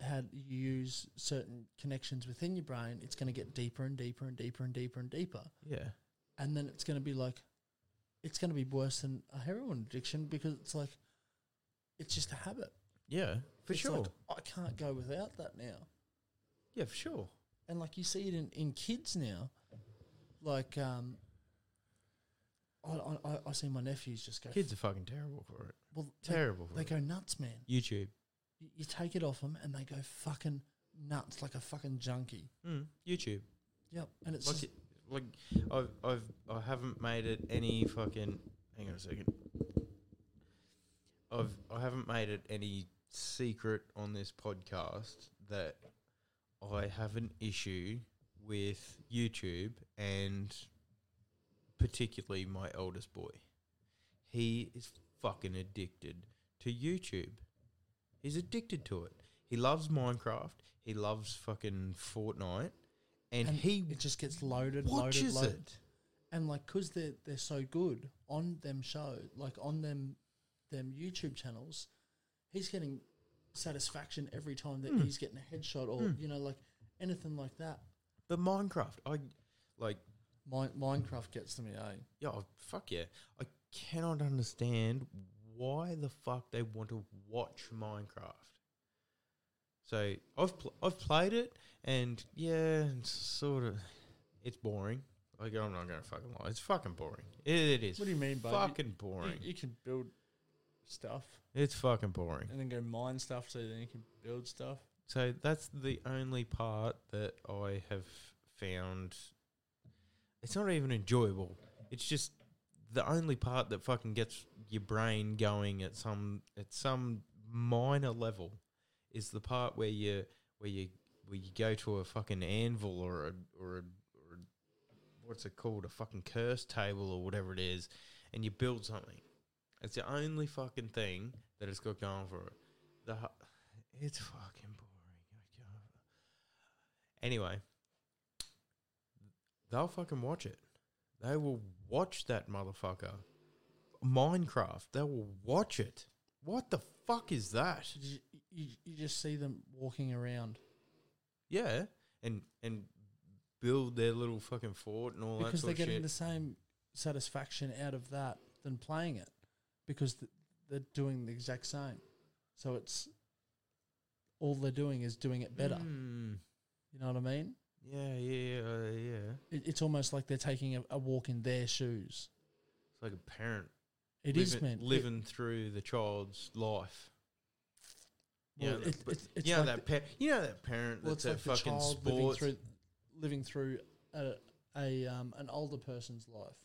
how you use certain connections within your brain, it's going to get deeper and deeper and deeper and deeper and deeper. Yeah, and then it's going to be like it's going to be worse than a heroin addiction because it's like it's just a habit yeah, for It's sure. like, i can't go without that now yeah, for sure. and like you see it in, in kids now like um I, I I- i see my nephews just go Kids are fucking terrible for it. well they, Terrible. For they it. go nuts man YouTube. you, you take it off them and they go fucking nuts like a fucking junkie Mm, YouTube. yep and it's Like, just, it, like I've I've I haven't made it any fucking. Hang on a second. I've I haven't made it any secret on this podcast that I have an issue with YouTube and particularly my eldest boy. He is fucking addicted to YouTube. He's addicted to it. He loves Minecraft. He loves fucking Fortnite. And, and he it just gets loaded loaded watches loaded it. and like because they're they're so good on them show like on them them youtube channels he's getting satisfaction every time that he's getting a headshot or you know like anything like that The Minecraft. I like Mi- minecraft gets to me eh yeah, oh, fuck yeah. I cannot understand why the fuck they want to watch Minecraft. So I've pl- I've played it, and yeah, it's sort of it's boring. Like I'm not gonna fucking lie, it's fucking boring. It, it is. What do you mean by- fucking you, boring? you can build stuff It's fucking boring. and then go mine stuff so then you can build stuff So that's the only part that I have found. It's not even enjoyable. It's just the only part that fucking gets your brain going at some at some minor level is the part where you where you where you go to a fucking anvil or a or a, or a what's it called a fucking curse table or whatever it is, and you build something. It's the only fucking thing that it's got going for it. The hu- it's fucking boring. I can't. Anyway, they'll fucking watch it. They will watch that motherfucker. Minecraft. They will watch it. What the fuck is that? you, you, you just see them walking around Yeah, and and build their little fucking fort and all because that sort they're of getting shit. the same satisfaction out of that than playing it because th- they're doing the exact same. So it's all they're doing is doing it better. Mm. You know what I mean? Yeah, yeah, yeah, uh, yeah. It, it's almost like they're taking a, a walk in their shoes. It's like a parent It living, is meant it- living through the child's life. You know, well, it- that- but it's- it's you know like that par- you know that parent Well, that's it's like a the fucking child sports. living through, living through a, a um, an older person's life.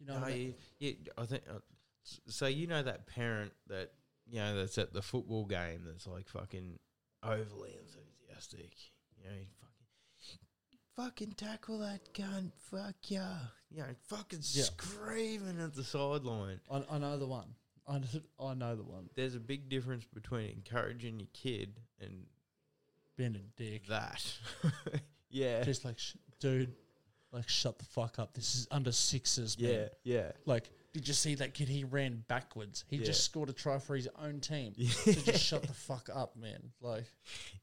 You know, No, what I mean? yeah, yeah, I think. Uh, s- so you know that parent that you know that's at the football game that's like fucking overly enthusiastic. You know, he fucking fucking tackle that cunt. Fuck yeah. You know, fucking Yeah. screaming at the sideline. I, I know the one. I, I know the one. There's a big difference between encouraging your kid and Being a dick, that. yeah. just like, sh- dude, like shut the fuck up. This is under sixes. man." Yeah. Yeah. Like, did you see that kid? He ran backwards. He Yeah. just scored a try for his own team. Yeah. So just shut the fuck up, man. Like,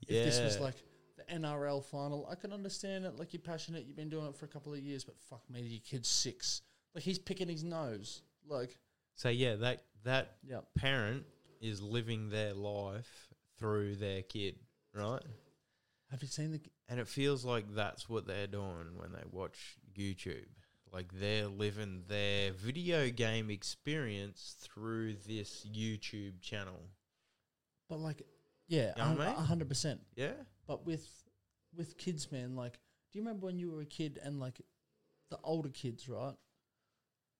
if this was Yeah. like the NRL final, I can understand it. Like, you're passionate, you've been doing it for a couple of years, but fuck me, your kid's six. Like, he's picking his nose. Like, So yeah, that that yeah, parent is living their life through their kid, right? have you seen the? And it feels like that's what they're doing when they watch YouTube. Like they're living their video game experience through this YouTube channel. But like, yeah, You know a what I mean? hundred percent. Yeah? But with with kids, man, like, do you remember when you were a kid and like the older kids, right?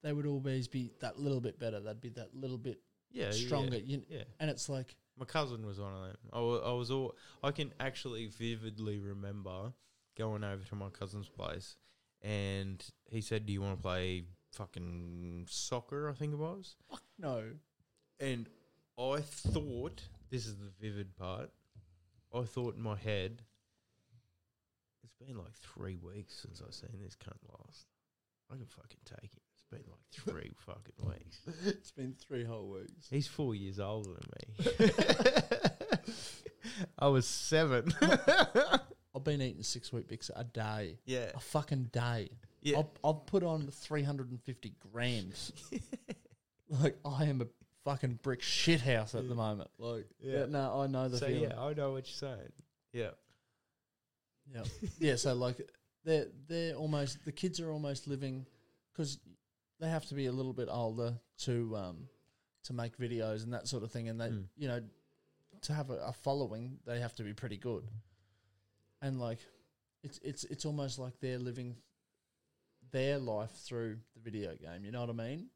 They would always be that little bit better. They'd be that little bit Yeah. yeah, stronger. You, Yeah. and it's like, My cousin was one of them. I was, I was all I can actually vividly remember going over to my cousin's place, and he said, "Do you want to play fucking soccer?" I think it was, fuck no. and I thought this is the vivid part. I thought in my head, it's been like three weeks since I've seen this cunt last. I can fucking take it. It's been like three fucking weeks. it's been three whole weeks. He's four years older than me. I was seven. I've been eating six wheat bix a day, yeah. a fucking day. Yeah. I've, I've put on 350 grams. like, I am a fucking brick shithouse at the moment. Like, Yeah. yeah. no, I know the so feeling. Uh, yeah, I know what you're saying. Yeah. Yeah. yeah. So like they're they're almost the kids are almost living because they have to be a little bit older to um to make videos and that sort of thing, and they Mm. you know to have a, a following they have to be pretty good, and like it's it's it's almost like they're living their life through the video game. You know what I mean?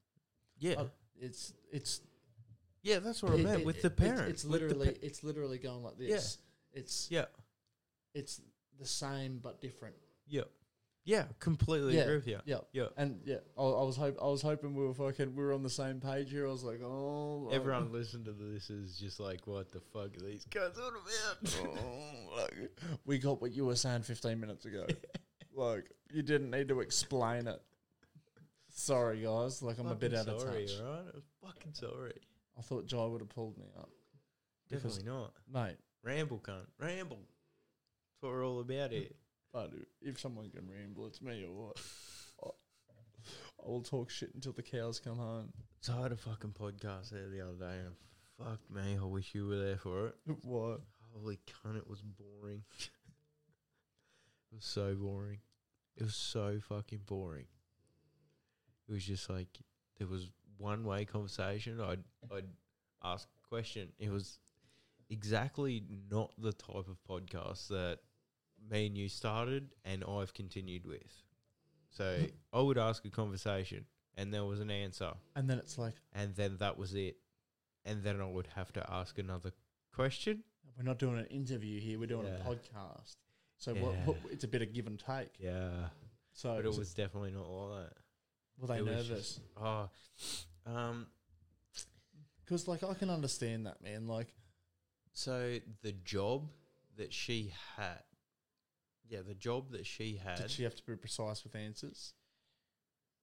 Yeah. Uh, it's it's yeah, that's what I it- meant it- with the it- it's- parents. It's, literally it's literally going like Yeah. this. It's yeah. it's the same but different. Yeah. Yeah. Completely Yeah. agree with you. Yeah. Yeah. And yeah, I, I was hope I was hoping we were fucking we were on the same page here. I was like, oh, like- Everyone listening to this is just like, what the fuck are these guys on about? oh, we got what you were saying fifteen minutes ago. like you didn't need to explain it. Sorry, guys. Like I'm a bit out Fucking sorry, of touch. Right? I'm fucking sorry. I thought Jai would have pulled me up, Because- Definitely not. mate. Ramble, cunt. Ramble. That's what we're all about here. But if someone can ramble, it's me or what? I will talk shit until the cows come home. So I had a fucking podcast there the other day, and fuck me, I wish you were there for it. what? Holy cunt, it was boring. it was so boring. It was so fucking boring. It was just like there was one way conversation. I'd I'd ask a question. It was exactly not the type of podcast that me and you started and I've continued with. So I would ask a conversation and there was an answer And then it's like and then that was it. And then I would have to ask another question. we're not doing an interview here. We're doing Yeah. a podcast. So what, Yeah. what, it's a bit of give and take. Yeah. So But it was definitely not like were they it was nervous? that. Oh, um, Because like I can understand that man. Like so the job that she had, yeah, the job that she had, did she have to be precise with answers?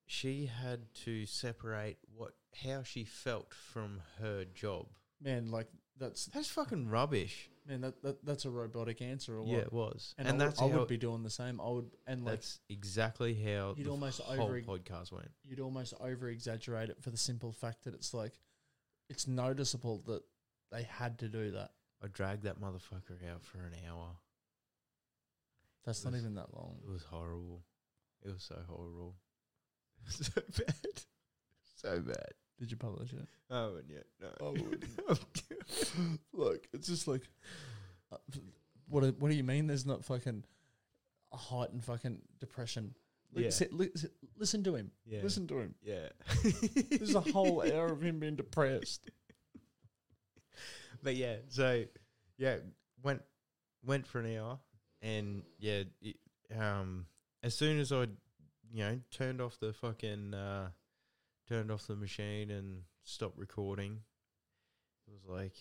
she had to separate what how she felt from her job. Man, like that's That's fucking rubbish. Man, that, that that's a robotic answer or yeah, what? it was, And, and, I that's would, I how would it- be doing the same. I would and like that's exactly how You'd the almost whole over- podcast went. you'd almost over exaggerate it for the simple fact that it's like it's noticeable that they had to do that. I dragged that motherfucker out for an hour. That's not Yes. even that long. It was horrible. It was so horrible. so bad. So bad. Did you publish it? Oh, and yet no. I wouldn't. wouldn't. Look, it's just like uh, what do- what do you mean there's not fucking a heightened fucking depression? Li- Yeah. sit- li- sit- listen to him. yeah. Listen to him. Yeah. There's a whole hour of him being depressed. but yeah, so yeah, went went for an hour, and yeah, it, um, as soon as I, you know, turned off the fucking, uh, turned off the machine and stopped recording, it was like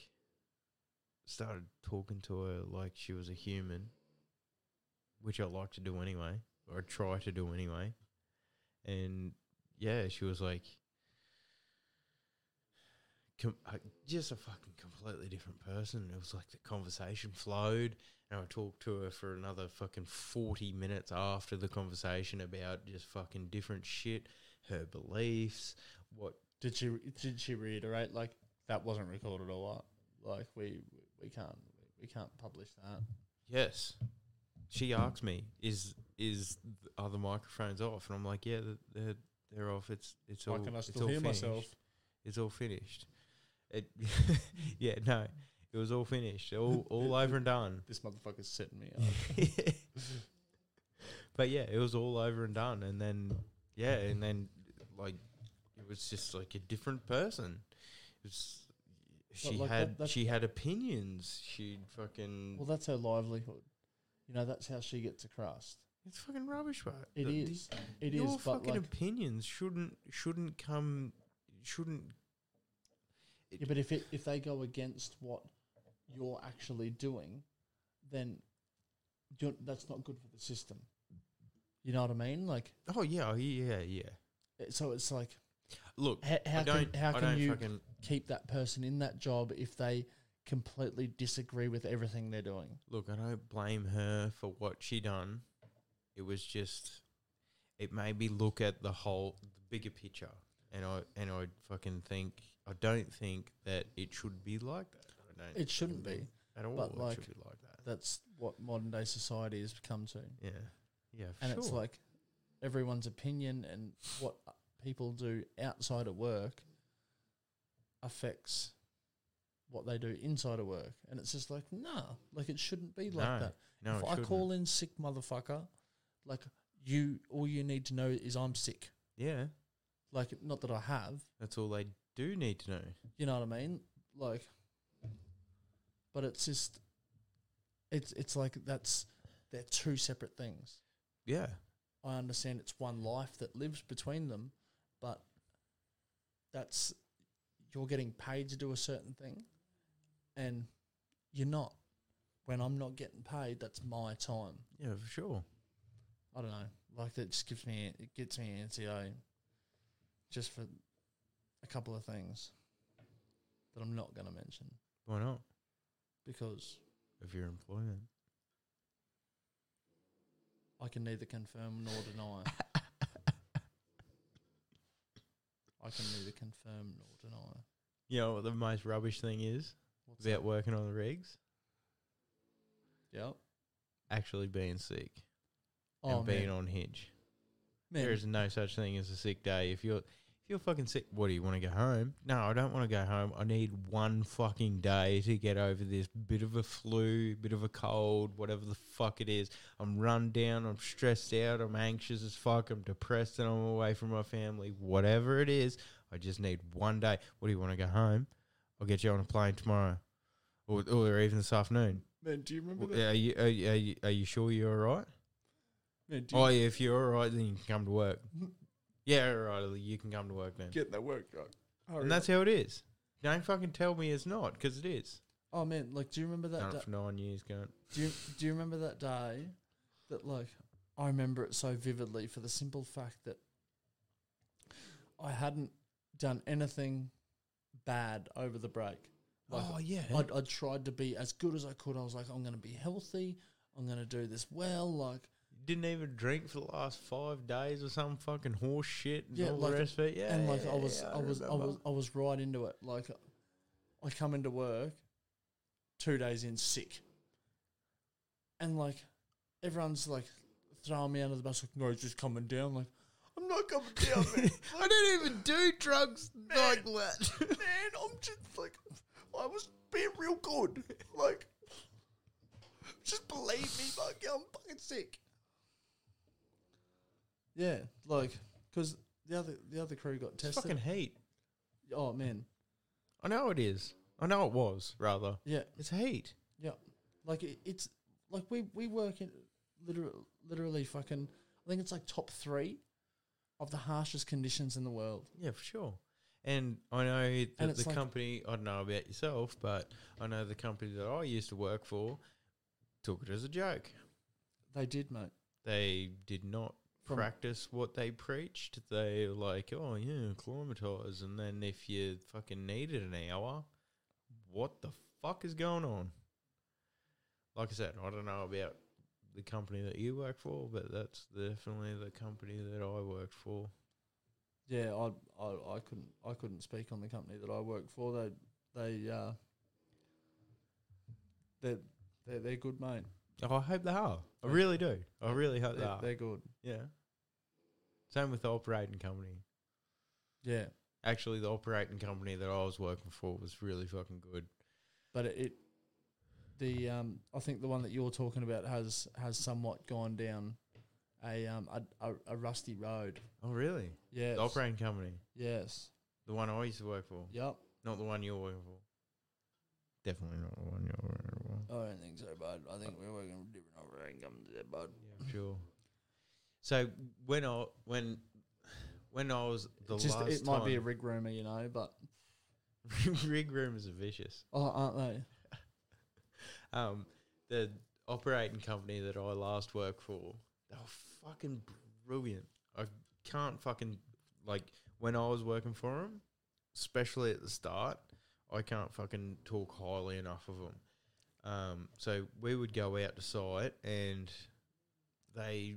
started talking to her like she was a human, which I like to do anyway, or I try to do anyway, and yeah, she was like. Com- uh, just a fucking completely different person. It was like the conversation flowed, and I talked to her for another fucking 40 minutes after the conversation about just fucking different shit, her beliefs, what. Did she did she reiterate like that wasn't recorded or what? Like we we can't we can't publish that. Yes. She asked me, "Is is th- are the microphones off?" And I'm like, "Yeah, th- they're they're off. It's it's Why all can I it's still all hear finished. myself? It's all finished." It, yeah, no, it was all finished, all all over and done. This motherfucker's sitting me up. but yeah, it was all over and done, and then yeah, and then like it was just like a different person. It was, she like, that- had that- she had opinions. She fucking well, that's her livelihood. You know, that's how she gets across. it's fucking rubbish, but It the- is. It the- is, your but fucking like, opinions shouldn't shouldn't come shouldn't. yeah, but if it if they go against what you're actually doing, then you're, that's not good for the system. You know what I mean? Like, Oh yeah, yeah, yeah. uh, so it's like, Look, how, how I don't. can how I can don't you fucking. keep that person in that job if they completely disagree with everything they're doing? look, I don't blame her for what she done. It was just, it made me look at the whole, the bigger picture, and I and I fucking think I don't think that it should be like that. I don't It shouldn't fucking be. think at all. but it like- should be like that. That's what modern day society has come to. Yeah, yeah, for and sure. it's like everyone's opinion and what people do outside of work affects what they do inside of work and it's just like nah like it shouldn't be like No, that no, if it i shouldn't. call in sick motherfucker like you all you need to know is i'm sick yeah, like not that i have that's all they do need to know. you know what i mean like but it's just it's it's like that's they're two separate things Yeah, I understand it's one life that lives between them, but that's you're getting paid to do a certain thing, and you're not. When I'm not getting paid, that's my time. yeah, for sure. I don't know. Like that just gives me it gets me anti just for a couple of things that I'm not going to mention Why not? because Of your employment. I can neither confirm nor deny. I can neither confirm nor deny. You know what the most rubbish thing is What's about working on the rigs? Yep. Actually being sick Oh and being man, on hinge. man There is no such thing as a sick day. If you're if you're fucking sick, what do you want to go home? No, I don't want to go home. I need one fucking day to get over this bit of a flu, bit of a cold, whatever the fuck it is. I'm run down, I'm stressed out, I'm anxious as fuck, I'm depressed and I'm away from my family. Whatever it is, I just need one day. What do you want to go home? I'll get you on a plane tomorrow. Or, or even this afternoon. man, do you remember that? Are you, are, you, are, you, are you sure you're all right? Man, do you Oh, yeah, if you're all right, then you can come to work. yeah, all right, Ollie, you can come to work then. get that work right? Hurry and that's how it is. Don't fucking tell me it's not, because it is. up. oh man, like, do you remember that? Done da- it for nine years, going. do you do you remember that uh, day? That like, I remember it so vividly for the simple fact that I hadn't done anything bad over the break. Like, oh yeah. I, I tried to be as good as I could. I was like, I'm going to be healthy. I'm going to do this well. Like, didn't even drink for the last five days or some fucking horse shit and Yeah, all like- the rest of it. Yeah, and like yeah, I was, yeah, I, was, I remember. was, I was right into it. Like, I come into work, two days in sick, and like, everyone's like throwing me under the bus. Like, no, it's just coming down. Like, I'm not coming down, man. I didn't even do drugs like that. man, I'm just like, I was being real good. Like, just believe me, like, I'm fucking sick. Yeah, like, because the other the other crew got It's tested. fucking heat. oh man, I know it is. I know it was rather. yeah, It's heat. yeah. Like it, it's like we we work in literally literally fucking. I think it's like top three of the harshest conditions in the world. Yeah, for sure. And I know And that it's the like- company, I don't know about yourself, but I know the company that I used to work for took it as a joke. They did, mate. They did not From- practice what they preached. They were like, oh, yeah, acclimatise. And then if you fucking needed an hour, what the fuck is going on? Like I said, I don't know about the company that you work for, but that's definitely the company that I worked for. Yeah, I, I I couldn't I couldn't speak on the company that I work for. They they uh they they they're good, mate. Oh, I hope they are. I Yeah. really do. I really hope they They're, are. they're good. yeah. Same with the operating company. Yeah, Actually, the operating company that I was working for was really fucking good. but it, it the um I think the one that you're talking about has has somewhat gone down a um a, a, a rusty road. Oh, really? Yes. The operating company. Yes. The one I used to work for. Yep. Not the one you're working for. Definitely not the one you're working for. I don't think so, bud. I think we're working with different operating companies there, bud. Yeah, sure. So when I when when I was the Just last it might time, be a rig rumor, you know, but rig rumors are vicious. oh, aren't they? um, the operating company that I last worked for, they were fucking brilliant. I can't fucking like when I was working for them, especially at the start, I can't fucking talk highly enough of them. Um, so we would go out to site and they,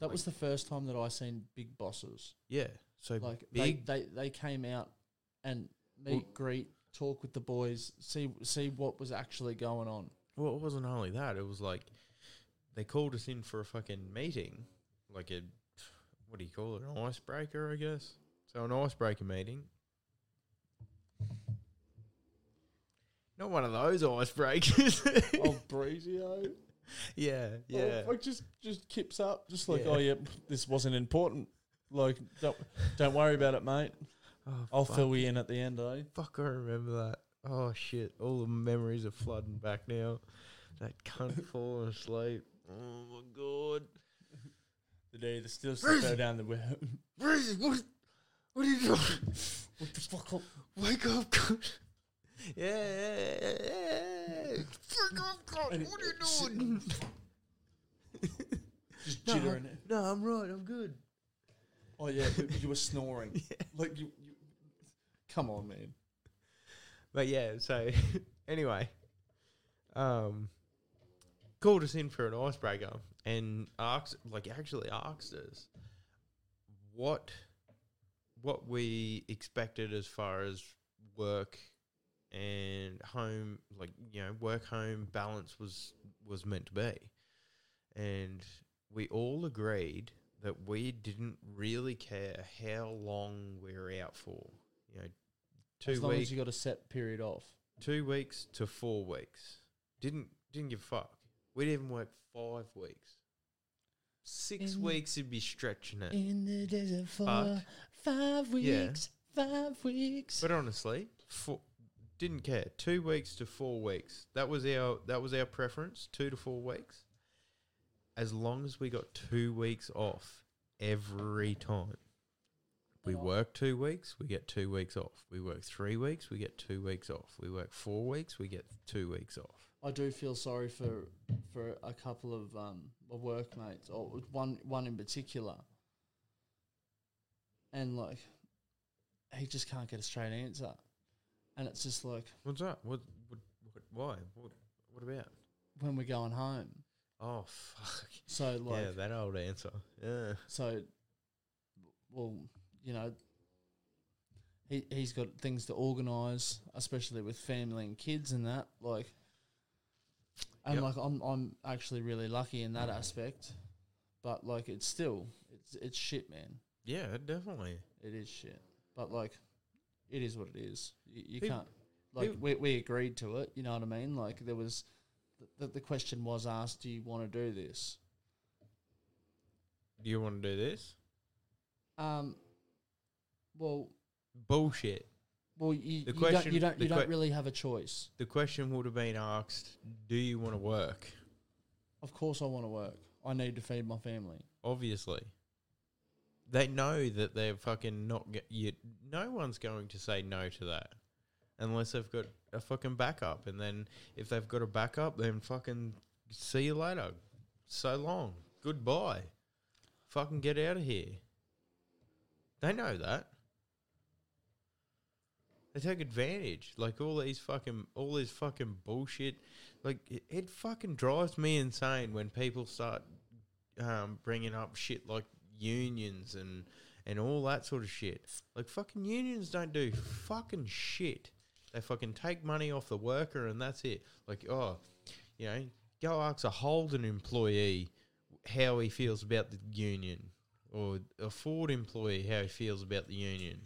That was the first time that I seen big bosses. yeah, so like big, They, they they came out and meet, greet, talk with the boys, see see what was actually going on. Well, it wasn't only that. It was like they called us in for a fucking meeting, like a what do you call it, an icebreaker, I guess. So an icebreaker meeting. Not one of those icebreakers. oh, breezio. yeah, yeah. like just just kips up, just like, like Yeah. oh "Oh, yeah, this wasn't important. Like don't don't worry about it, mate. Oh, I'll fuck. fill you in at the end, eh? Fuck, I remember that. Oh shit! All the memories are flooding back now. That cunt falling asleep. Oh my god. The day the still go down the web. What is it? What? What are you doing? what the fuck? up? Wake up, God. Yeah, yeah, yeah, yeah. Wake up, God. And What it- are you doing? Just No. jittering it. no, I'm right. I'm good. Oh yeah, but you were snoring. Like you, you. Come on, man. But yeah, so anyway, um, called us in for an icebreaker and asked, like, actually asked us what what we expected as far as work and home, like you know, work home balance was was meant to be, and we all agreed that we didn't really care how long we were out for, you know, two as long weeks as you got a set period off. two weeks to four weeks. Didn't didn't give a fuck. We'd even work five weeks. Six In- weeks would be stretching it. In the desert for But- five Yeah. weeks. Five weeks. But honestly, four, didn't care. Two weeks to four weeks. That was our that was our preference. Two to four weeks. As long as we got two weeks off every time. We work two weeks, we get two weeks off. We work three weeks, we get two weeks off. We work four weeks, we get two weeks off. I do feel sorry for for a couple of um my workmates, or one one in particular. And like, he just can't get a straight answer. and it's just like What's that? What? What? what why? What? What about? when we're going home. Oh fuck! So like yeah, that old answer. Yeah. so well, you know, he he's got things to organise, especially with family and kids and that. Like, and Yep. like I'm I'm actually really lucky in that aspect, but like it's still it's it's shit, man. Yeah, definitely. It is shit. But like, it is what it is. You, you Peop- can't like peop- we we agreed to it. You know what I mean? Like there was the, the question was asked, do you want to do this? Do you want to do this? Um, well. Bullshit. Well, you, The you question- don't you don't the you don't que- really have a choice. The question would have been asked: Do you want to work? Of course, I want to work. I need to feed my family. Obviously, they know that they're fucking not. Get, you, no one's going to say no to that, unless they've got a fucking backup. And then if they've got a backup, then fucking see you later. So long. Goodbye. Fucking get out of here. They know that. They take advantage. Like all these fucking all this fucking bullshit. Like it, it fucking drives me insane when people start um, bringing up shit like unions and and all that sort of shit. Like fucking unions don't do fucking shit. They fucking take money off the worker and that's it. Like oh, you know, go ask a Holden employee how he feels about the union, or a Ford employee how he feels about the union.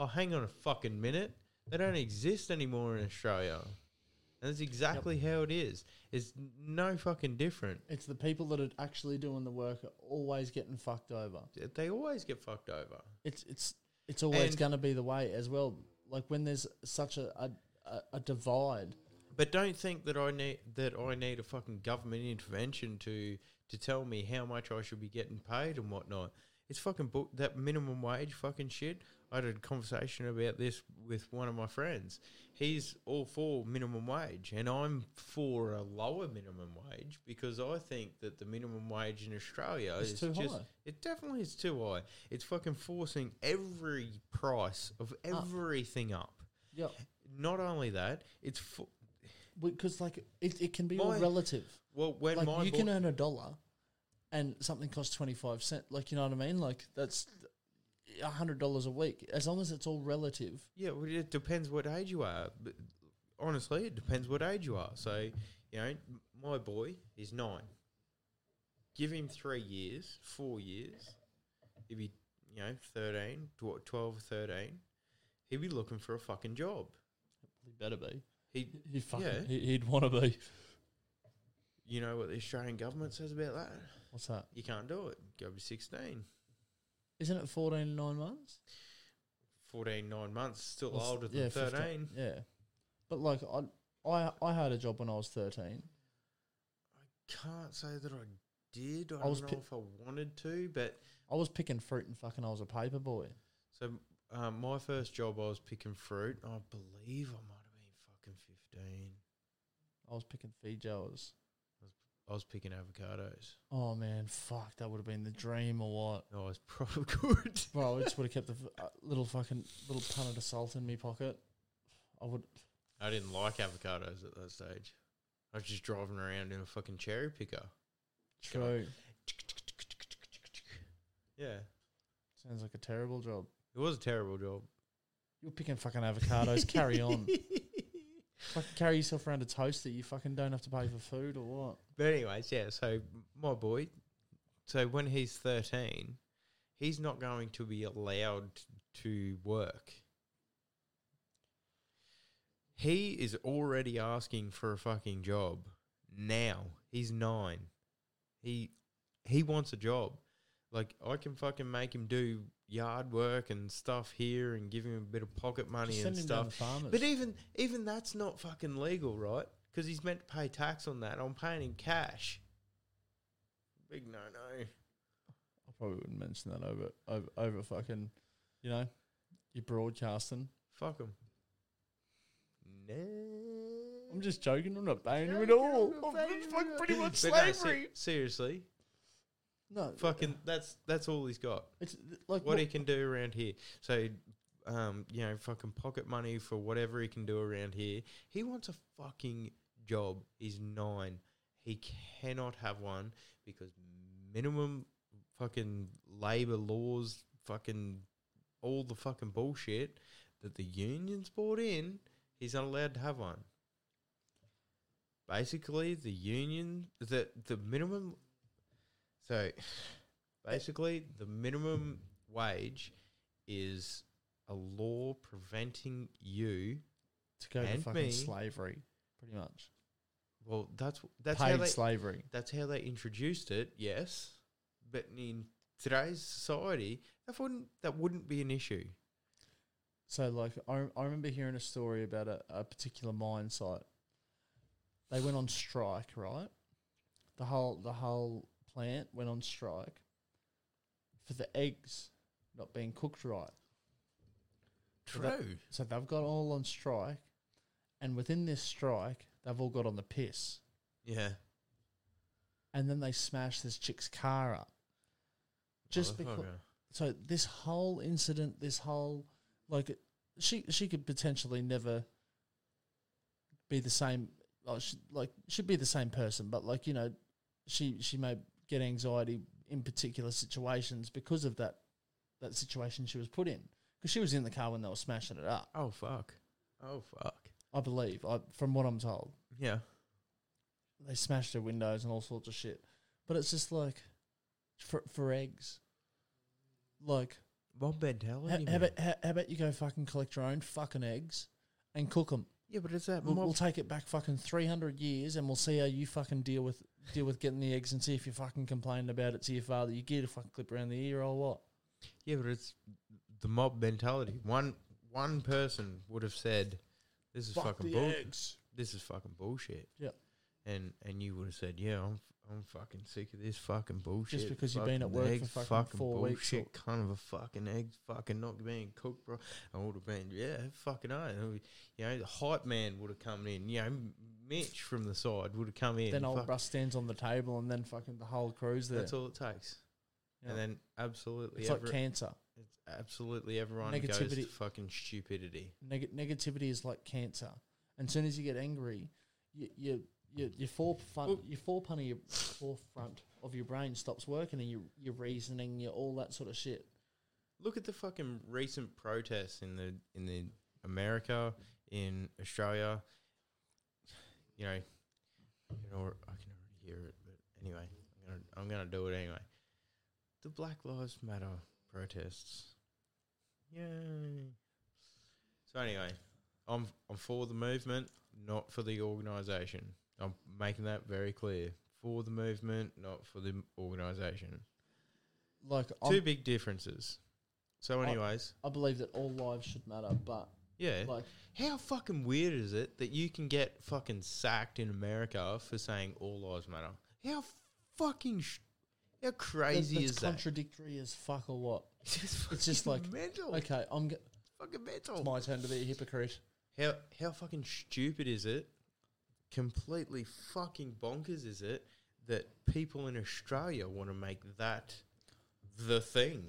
Oh, hang on a fucking minute. They don't exist anymore in Australia. And that's exactly how it is. It's no fucking different. It's the people that are actually doing the work are always getting fucked over. they always get fucked over. It's it's it's always And- going to be the way as well. Like when there's such a a, a, a divide. But don't think that I need that I need a fucking government intervention to to tell me how much I should be getting paid and whatnot. It's fucking bu- that minimum wage fucking shit. I had a conversation about this with one of my friends. He's all for minimum wage, and I'm for a lower minimum wage because I think that the minimum wage in Australia It's is too just high. it definitely is too high. It's fucking forcing every price of Uh, everything up. Yeah, Not only that, it's fo- because like it, it can be all My- relative. Well, when Like my you bo- can earn a dollar, and something costs twenty five cent. Like you know what I mean? Like that's a hundred dollars a week. As long as it's all relative. yeah, well, it depends what age you are. But honestly, it depends what age you are. So, you know, m- my boy is nine. Give him three years, four years. He'd be, you know, 13, tw- 12 or 13. He'd be looking for a fucking job. It better be. He, He fucking Yeah. he, he'd want to be. you know what the Australian government says about that? What's that? You can't do it. Go to 16. Isn't it 14 and nine months? 14, 9 months, still Or s- older than 13. 15 yeah. But like I, I I had a job when I was 13. Can't say that I did. I, I don't was know pi- if I wanted to, but I was picking fruit and fucking I was a paper boy. So um, my first job, I was picking fruit. I believe I might have been fucking fifteen. I was picking feed jars. I was picking avocados. Oh man, fuck, that would have been the dream or what? I was probably good. Bro, I just would have kept the f- uh, little fucking little punnet of salt in me pocket. I would I didn't like avocados at that stage. I was just driving around in a fucking cherry picker. true. Yeah, Sounds like a terrible job. it was a terrible job. You're picking fucking avocados. carry on. Fucking carry yourself around a toaster. You fucking don't have to pay for food or what? But anyways, yeah. So my boy, so when he's thirteen, he's not going to be allowed to work. He is already asking for a fucking job now. He's nine. He he wants a job. Like I can fucking make him do yard work and stuff here and give him a bit of pocket money Just and send him stuff. down to farmers. But even even that's not fucking legal, right? Because he's meant to pay tax on that. I'm paying in cash. Big no no. I probably wouldn't mention that over over, over fucking, you know, you're broadcasting. Fuck him. No. I'm just joking. I'm not banging No, him at no, all. no, I'm no, pretty- no, fucking no. pretty much But no, se- slavery. seriously, No, fucking that's that's all he's got. It's like What what he can do around here. So, um, you know, fucking pocket money for whatever he can do around here. He wants a fucking job. He's nine. He cannot have one because minimum fucking labor laws, fucking all the fucking bullshit that the unions brought in, he's not allowed to have one. Basically, the union, the the minimum, so basically the minimum wage is a law preventing you. to go to And fucking me. slavery, pretty much. Well, that's that's how Paid they slavery. that's how they introduced it. Yes, but in today's society, that wouldn't that wouldn't be an issue. So, like, I, I remember hearing a story about a, a particular mine site. They went on strike, right? The whole the whole plant went on strike for the eggs not being cooked right. So that- So they've got all on strike, and within this strike, they've all got on the piss, Yeah. and then they smashed this chick's car up. Oh, Just because. Motherfucker. So this whole incident, this whole like, she she could potentially never be the same. Like, she, like she'd be the same person, but like you know, she she may get anxiety in particular situations because of that that situation she was put in because she was in the car when they were smashing it up. Oh fuck. Oh fuck. I believe, I, from what I'm told. Yeah. They smashed her windows and all sorts of shit. But it's just like, for, for eggs. Like, Mob how, mentality. how, man. about, how, how about you go fucking collect your own fucking eggs and cook them? yeah, but it's that We'll, mob. we'll take it back fucking 300 years and we'll see how you fucking deal with deal with getting the eggs and see if you fucking complain about it to your father. You get a fucking clip around the ear or what? yeah, but it's the mob mentality. One one person would have said, "This is fucking bull. eggs. This is fucking bullshit." Yep. And and you would have said, "Yeah, I'm I'm fucking sick of this fucking bullshit." because you've been at fucking work for eggs, fucking four bullshit, weeks or- kind of a fucking egg, fucking not being cooked, bro. I would have been, yeah, fucking I. You know, the hype man would have come in. You know, Mitch from the side would have come in. Then old fuck- Russ stands on the table and then fucking the whole crew's there. That's all it takes. Yeah. And then absolutely, it's like every- cancer. it's absolutely everyone goes to Negativity. fucking stupidity. Neg- negativity is like cancer. And as soon as you get angry, you, you, you, your forefront, Well- your forepun of your forefront of your brain stops working, and your your reasoning, your all that sort of shit. Look at the fucking recent protests in the in the America, in Australia. You know, you know, I can already hear it, but anyway, I'm gonna I'm gonna do it anyway. The Black Lives Matter protests. Yay! So anyway, I'm I'm for the movement, not for the organisation. I'm making that very clear. For the movement, not for the organisation. Like Two I, big differences. So, I- anyways, I believe that all lives should matter, but yeah. like How fucking weird is it that you can get fucking sacked in America for saying all lives matter? How fucking sh- how that, crazy that's is that? contradictory as fuck or what? It's just, it's just fucking like, mental. Okay, I'm. G- fucking mental. it's my turn to be a hypocrite. How how fucking stupid is it? Completely fucking bonkers is it that people in Australia want to make that the thing?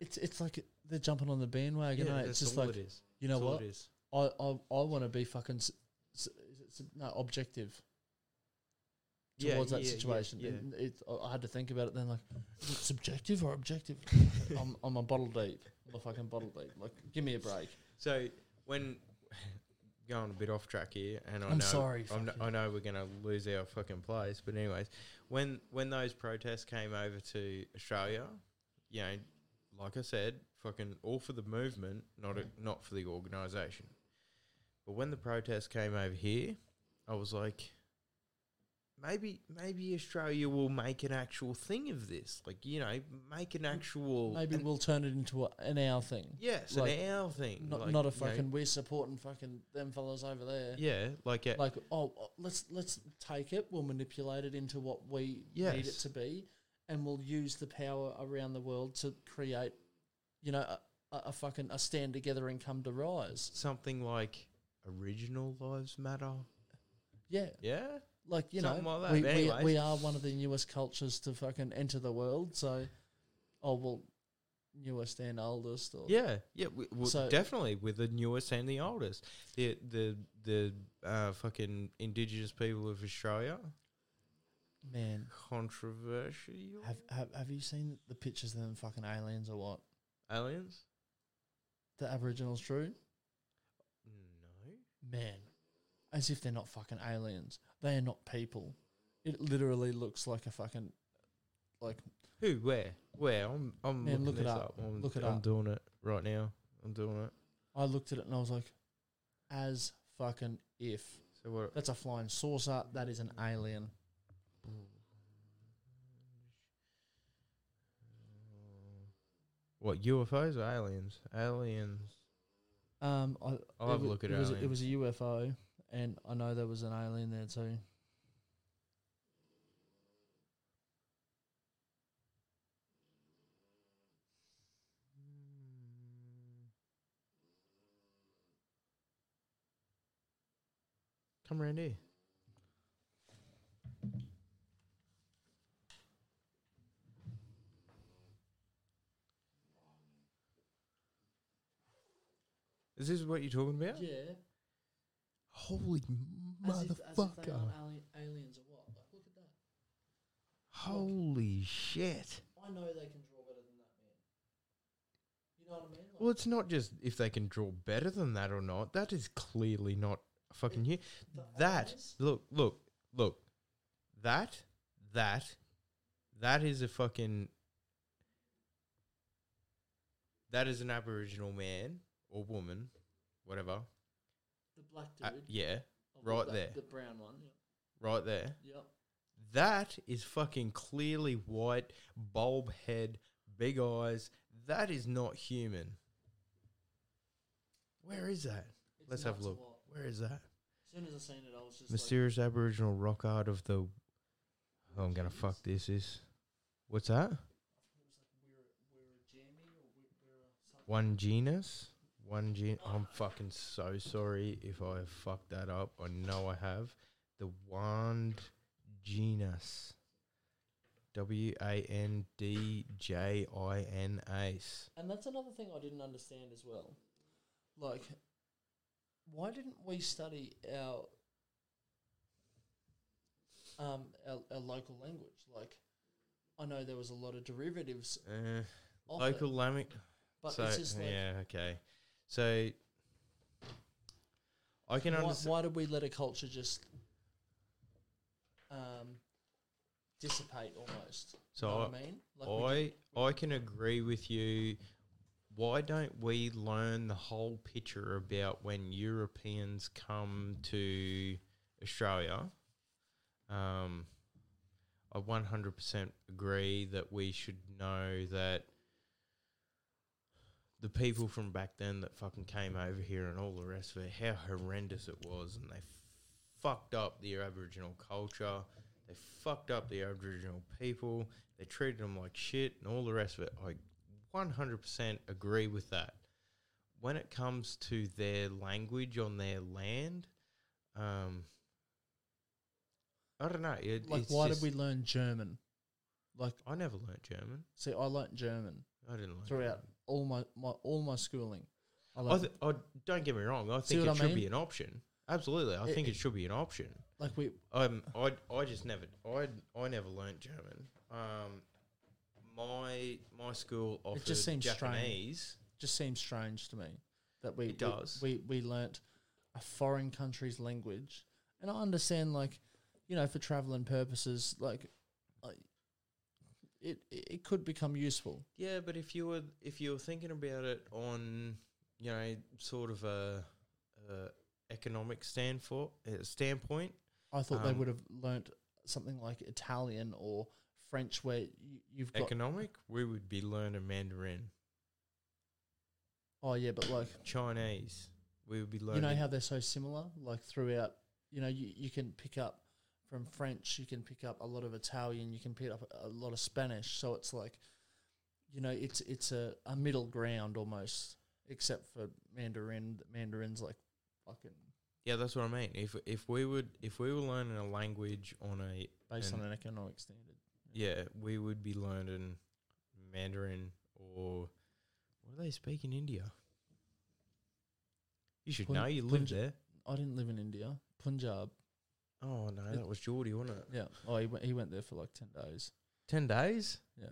It's it's like they're jumping on the bandwagon. eh? It's that's just all like it is. you know That's all what? it is. I I, I want to be fucking s- s- is it sub- no objective. Yeah, towards that yeah, yeah, situation. yeah. And it's- I- I had to think about it then, like, is it subjective or objective? I'm, I'm a bottle deep. I'm a fucking bottle deep. Like, give me a break. So when going a bit off track here, and I I'm know sorry, I'm kn- fucking- I know we're gonna lose our fucking place, but anyways, when when those protests came over to Australia, you know, like I said, fucking all for the movement, not a, not for the organisation. But when the protests came over here, I was like. Maybe maybe Australia will make an actual thing of this, like you know, make an actual Maybe an- we'll turn it into a, an hour thing. yes, like, an our thing, Not, like, not a you know, fucking, we're supporting fucking them fellas over there. yeah, like uh, a, Like, oh, oh, let's let's take it. We'll manipulate it into what we need it Yes. to be, and we'll use the power around the world to create, you know, a, a, a fucking a stand together and come to rise. something like original lives matter. Yeah, Yeah, like you Something know like that, we, but we, anyways. we are one of the newest cultures to fucking enter the world so oh well newest and oldest. Or Yeah, yeah, we, well, So- definitely with the newest and the oldest. The the the uh, fucking indigenous people of Australia man, controversial have, have have you seen the pictures of them fucking aliens or what? aliens. The Aboriginals, true No, man, as if they're not fucking aliens. They are not people. It literally looks like a fucking like who? Where? Where? I'm I'm looking Man, look it this up. up. I'm, Look it I'm up. doing it right now. I'm doing it. I looked at it and I was like, as fucking if So what? that's a flying saucer, that is an alien. What UFOs or aliens? Aliens. Um, I, I'll have a wa- look at it. Was, aliens. it was a UFO, and I know there was an alien there too. Come around here. Is this what you're talking about? Holy motherfucker. aliens or what? Like, look at that. Holy shit. I know they can draw better than that, man. You know what I mean? Well, it's not just if they can draw better than that or not. That is clearly not fucking you. That look, look, look. That, that, that is a fucking. That is an Aboriginal man or woman, whatever. the black Uh, yeah, right that- there. the brown one. Yep. right there. That is fucking clearly white, bulb head, big eyes. That is not human. Where is that? Let's have a look. Where is that? As soon as I seen it, I was just Mysterious Aboriginal rock art of the. Oh, I'm gonna fuck this. Is what's that? One genus, one gen. Oh. I'm fucking so sorry if I have fucked that up. I know I have. The wand genus. W a n d j i n ace. And that's another thing I didn't understand as well. Like, why didn't we study our um our, our local language? Like, I know there was a lot of derivatives Uh, of local lamic it, but so, it's just like, yeah, okay. So I can why, understand. why did we let a culture just um dissipate almost? So know I, what I mean, like we I I can agree with you. Why don't we learn the whole picture about when Europeans come to Australia? Um, I 100% agree that we should know that the people from back then that fucking came over here and all the rest of it, how horrendous it was, and they fucked up the Aboriginal culture. They fucked up the Aboriginal people. They treated them like shit and all the rest of it. I 100% agree with that. When it comes to their language on their land, um, I don't know. It, like it's why just- did we learn German? Like, I never learnt German. see, I learnt German I didn't learn throughout all my, my all my schooling. I I, learned, th- I don't get me wrong. I think what it I should mean? be an option. Absolutely, I It- think it should be an option. like we Um, I I just never I I never learnt German. Um, my my school offered just seems strange. Japanese. just seems strange to me that we It does. we we, we learnt a foreign country's language, and I understand like you know for traveling purposes like. I, it, it could become useful. Yeah, but if you were if you were thinking about it on you know sort of a, a economic stand for uh, standpoint, I thought they Um, would have learnt something like Italian or French, where you, you've got. economic, we would be learning Mandarin, oh yeah, but like Chinese. We would be you learning. know how they're so similar like throughout you know you, you can pick up from french you can pick up a lot of italian you can pick up a lot of spanish so it's like you know it's it's a, a middle ground almost except for mandarin mandarin's like fucking Yeah, that's what I mean. If if we would if we were learning a language on a based And- on an economic standard yeah, we would be learning Mandarin or they speak in India? You should Pun- know. You lived Punj- there. I didn't live in India. Punjab. Oh no, It- that was Geordie, wasn't it? Yeah. Oh, he went, he went there for like 10 days. Ten days. Yeah.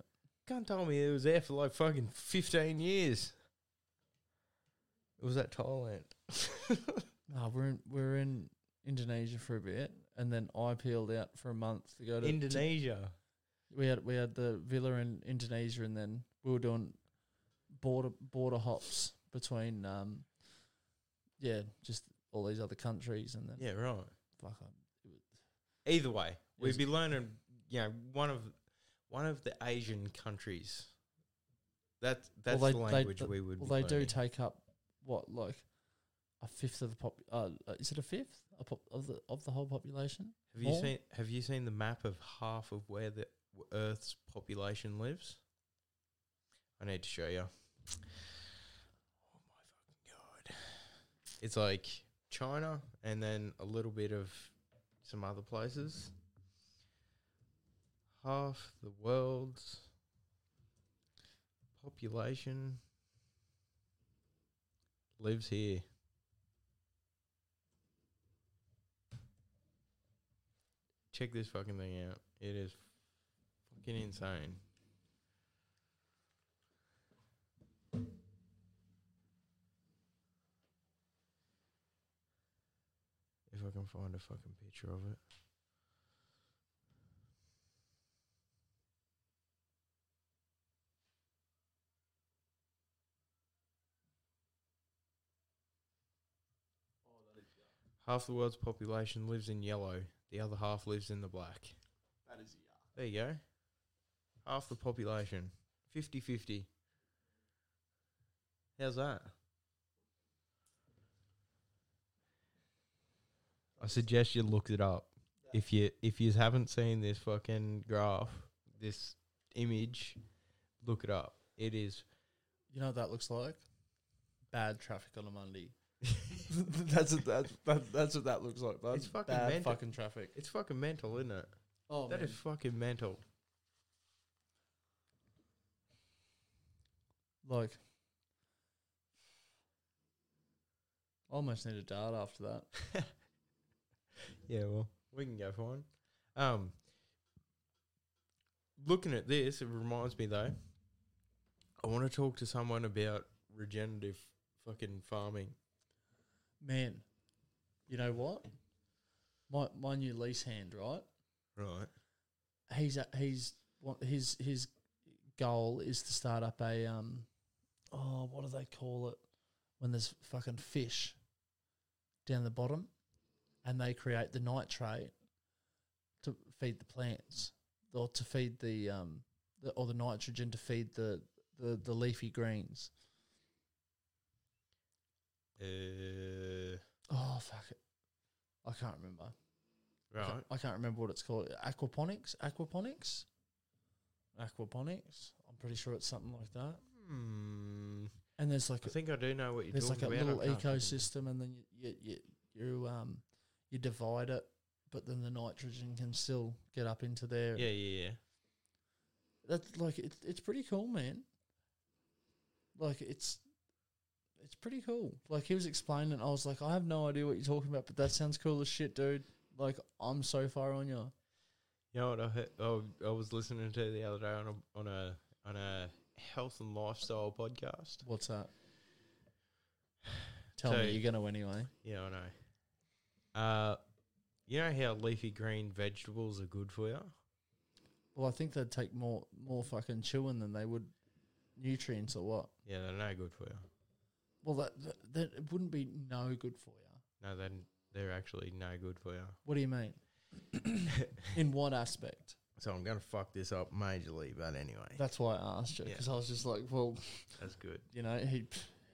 Can't tell me it was there for like fucking fifteen years. It was at Thailand. No, we're in, we're in Indonesia for a bit, and then I peeled out for a month to go to to- Indonesia. we had we had the villa in Indonesia, and then we were doing border border hops between um, yeah, just all these other countries, and then Yeah, right. fuck, I, Either way, was- we'd be learning. You know, one of one of the Asian countries. That that's they- the they- language they- we would. well, be they do learning. take up what like a fifth of the pop. Uh, uh, is it a fifth a pop, of the of the whole population? Have you more. seen Have you seen the map of half of where the w- Earth's population lives? I need to show you. Oh my fucking god! It's like China and then a little bit of some other places. Half the world's population lives here. Check this fucking thing out. It is fucking insane. If I can find a fucking picture of it. Half the world's population lives in yellow. The other half lives in the black. That is yeah. There you go. Half the population. 50 50. How's that? I suggest you look it up. If you if you haven't seen this fucking graph, this image, look it up. It is You know what that looks like? Bad traffic on a Monday. that's what that, that, that's what that looks like. bud. It's fucking bad mental. fucking traffic. it's fucking mental, isn't it? Oh, That is fucking mental. like I almost need a dart after that. Yeah, well, we can go for one. Um, looking at this, it reminds me though. I want to talk to someone about regenerative fucking farming. Man, you know what? My my new lease hand, right? Right. He's a, he's what his his goal is to start up a um oh what do they call it when there's fucking fish down the bottom and they create the nitrate to feed the plants or to feed the um the, or the nitrogen to feed the the, the leafy greens. Uh, Oh fuck it. I can't remember. I right. can't- I can't remember what it's called. Aquaponics? Aquaponics? Aquaponics? I'm pretty sure it's something like that. Hmm. And there's like I think I do know what you're there's like talking a about. I little can't fucking- ecosystem, and then you you, you you um you divide it, but then the nitrogen can still get up into there. Yeah, yeah, yeah. that's like it's it's pretty cool, man. Like it's it's pretty cool. Like he was explaining, I was like, I have no idea what you're talking about, but that sounds cool as shit, dude. Like I'm so far on you. You know what I heard, I, I was listening to the other day on a on a on a health and lifestyle podcast. What's that? Tell So- me you're gonna anyway. Yeah, I know. Uh, you know how leafy green vegetables are good for you? Well, I think they'd take more more fucking chewing than they would nutrients or what. Yeah, they're no good for you. Well, that that, that it wouldn't be no good for you. No, they're, they're actually no good for you. What do you mean? In what aspect? so I'm going to fuck this up majorly, but anyway. That's why I asked you Yeah. because I was just like, well, That's good. you know, he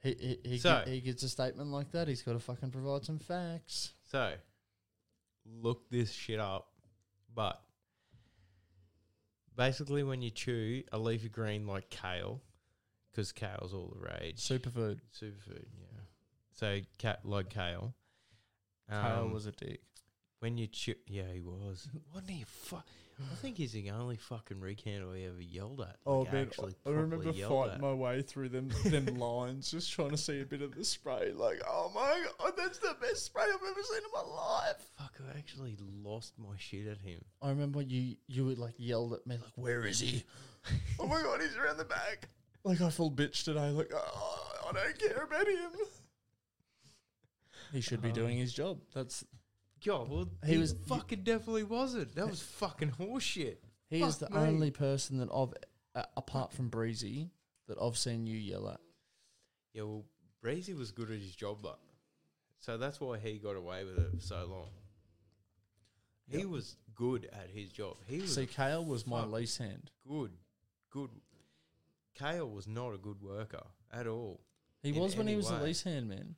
he he he, So- gi- he gets a statement like that, he's got to fucking provide some facts. So, look this shit up. But basically, when you chew a leafy green like kale, because kale's all the rage. Superfood. Superfood, yeah. So, cat like kale. Kyle um, was a dick. When you chew, yeah, he was. Wasn't he? Fu- I think he's the only fucking recount I ever yelled at. Oh like, man, actually I remember properly yelled fighting at. my way through them them lines, just trying to see a bit of the spray. Like, oh my god, that's the best spray I've ever seen in my life. Fuck, I actually lost my shit at him. I remember you you would like yelled at me like, "Where is he? oh my god, he's around the back!" Like I feel bitch today. Like, oh, I don't care about him. He should be doing his job. That's God, well, He he, was- was fucking definitely wasn't. That was fucking horseshit. he is the Fuck me. only person that I've uh, apart from Breezy that I've seen you yell at. Yeah, well, Breezy was good at his job, though. So that's why he got away with it for so long. He was good at his job. He was See, Kale was my fuck. lease hand. good, good. Kale was not a good worker at all. He in was when he any was a way. lease hand, man.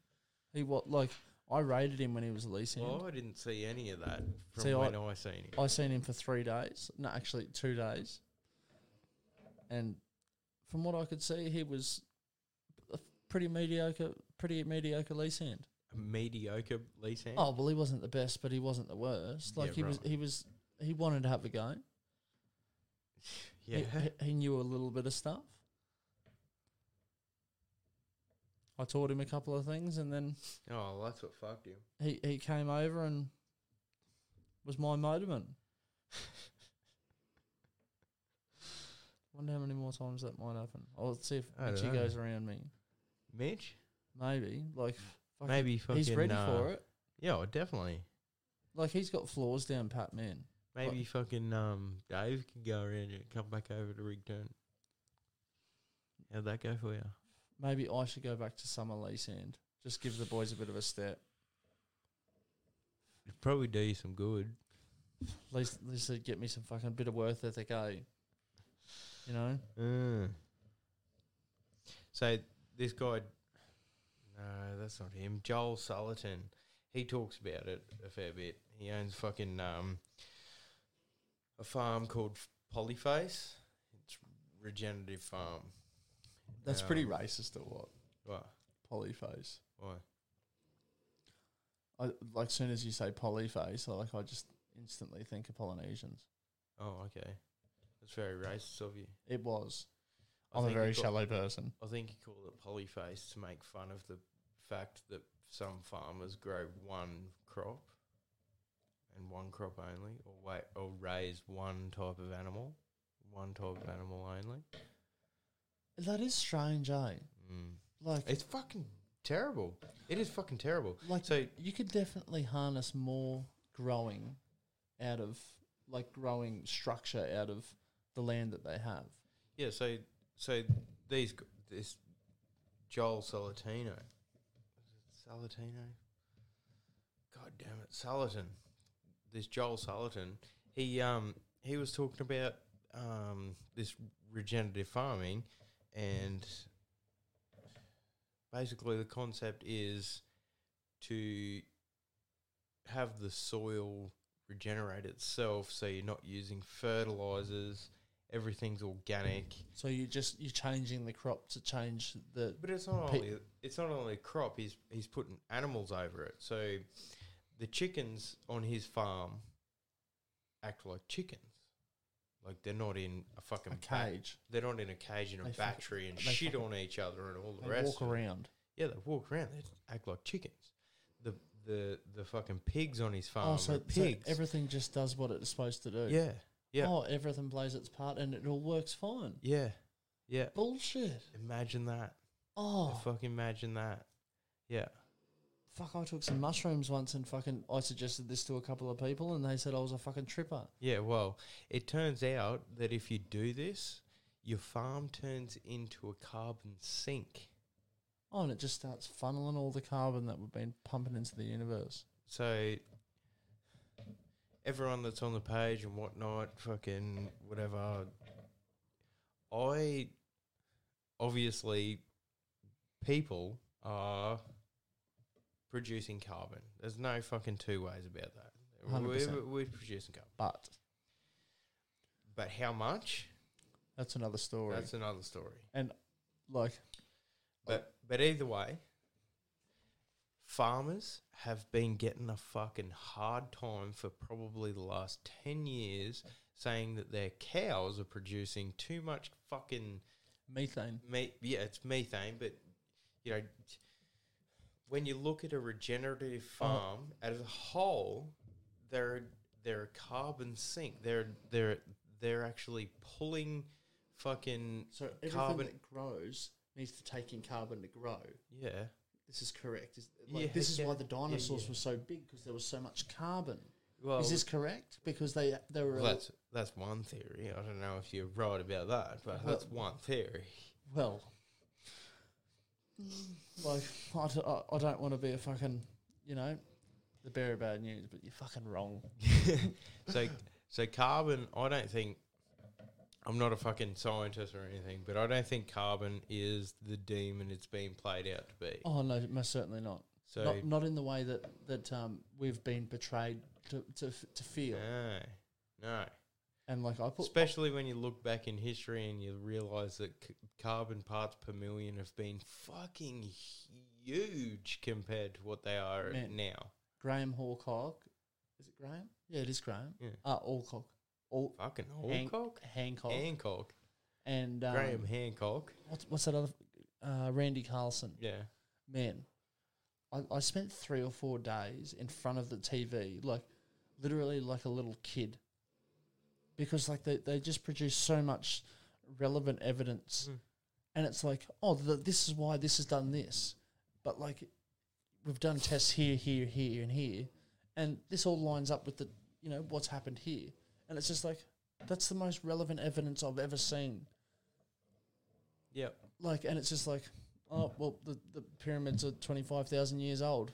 He what like I rated him when he was a lease hand. Well, Oh, I didn't see any of that from See, I- when I, seen him. I seen him for three days. No, actually two days. And from what I could see, he was a pretty mediocre, pretty mediocre lease hand. A mediocre lease hand. Oh well, he wasn't the best, but he wasn't the worst. Like Yeah, he was, right. he was, he wanted to have a go. yeah. He- he, he knew a little bit of stuff. I taught him a couple of things, and then oh, that's what fucked him. he, he came over and was my motorman. Wonder how many more times that might happen. I'll see if I Mitchie dunno. goes around me. Mitch, Maybe. Like fucking- maybe fucking. Oh, he's ready uh, for it. Yeah, well, definitely. Like he's got flaws down pat man. Maybe fucking um Dave can go around and come back over to Rigdon. How'd that go for you? Maybe I should go back to summer lease end. Just give the boys a bit of a step. It'd probably do you some good. At least at least they'd get me some fucking bit of worth ethic, eh? You know? Mm. So this guy, no, that's not him. Joel Sullerton, he talks about it a fair bit. He owns fucking um a farm called Polyface. It's regenerative farm. That's pretty Um, racist or what? What? Polyface. Why? I like soon as you say polyface, I like I just instantly think of Polynesians. Oh, okay. That's very racist of you. It was. I I'm a think very he got- shallow person. I think he called it polyface to make fun of the fact that some farmers grow one crop and one crop only, or wait, or raise one type of animal, one type of animal only. That is strange, eh? Mm. Like, It's fucking terrible. It is fucking terrible. like So you could definitely harness more growing out of like growing structure out of the land that they have. yeah, so so these g- this Joel Salatino, Salatino, God damn it, Salatin. This Joel Salatin, he um he was talking about um this regenerative farming, and basically the concept is to have the soil regenerate itself, so you're not using fertilizers. Everything's organic. So you just you're changing the crop to change the But it's not Pe- only it's not only a crop. He's he's putting animals over it. So the chickens on his farm act like chickens. Like they're not in a fucking a ba- cage. they're not in a cage in a They fuck- battery and they shit fucking- on each other and all the They rest. walk of it. around. Yeah, they walk around. They act like chickens. The the the fucking pigs on his farm oh, so, are so pigs. everything just does what it's supposed to do. yeah, yeah, Oh, everything plays its part and it all works fine. yeah, yeah. Bullshit. Imagine that. Oh, Fucking imagine that. Yeah. fuck, I took some mushrooms once and fucking I suggested this to a couple of people and they said I was a fucking tripper. Yeah, well, it turns out that if you do this, your farm turns into a carbon sink. Oh, and it just starts funneling all the carbon that we've been pumping into the universe. So everyone that's on the page and whatnot, fucking whatever, I obviously people are producing carbon. There's no fucking two ways about that. We're, 100%. we're producing carbon, But but how much? that's another story. That's another story. like, Oh. But but either way, farmers have been getting a fucking hard time for probably the last 10 years saying that their cows are producing too much fucking Methane. me- yeah, it's methane, but you know, when you look at a regenerative Uh-huh. farm as a whole, they're they're a carbon sink. They're they're they're actually pulling fucking So everything Carbon- that grows needs to take in carbon to grow. yeah. This is correct. Is, like, Yeah, this is yeah, why the yeah, dinosaurs yeah. were so big because there was so much carbon. Well, is this correct? Because they they were well, well, that's that's one theory. I don't know if you're right about that, but that's one theory. like I, d- I- I don't want to be a fucking you know the bearer of bad news, but you're fucking wrong. so so carbon i don't think i'm not a fucking scientist or anything but i don't think carbon is the demon it's being played out to be Oh no, most certainly not. so not not in the way that that um, we've been portrayed to to, f- to feel. no no And like I put especially when you look back in history and you realize that c- carbon parts per million have been fucking huge compared to what they are Man. now Graham Horcock. Is it Graham? Yeah, it is Graham. Yeah. Uh, Alcock. All fucking Hank- hancock Hancock hancock and um, graham hancock What's, what's that other? Uh, Randy Carlson. yeah man, I, I spent three or four days in front of the TV, like literally like a little kid, because like they, they just produce so much relevant evidence, Mm. and it's like oh th this is why this has done this, but like we've done tests here, here, here, and here, and this all lines up with the you know what's happened here, and it's just like that's the most relevant evidence I've ever seen yep like, and it's just like, oh well, the, the pyramids are twenty five thousand years old.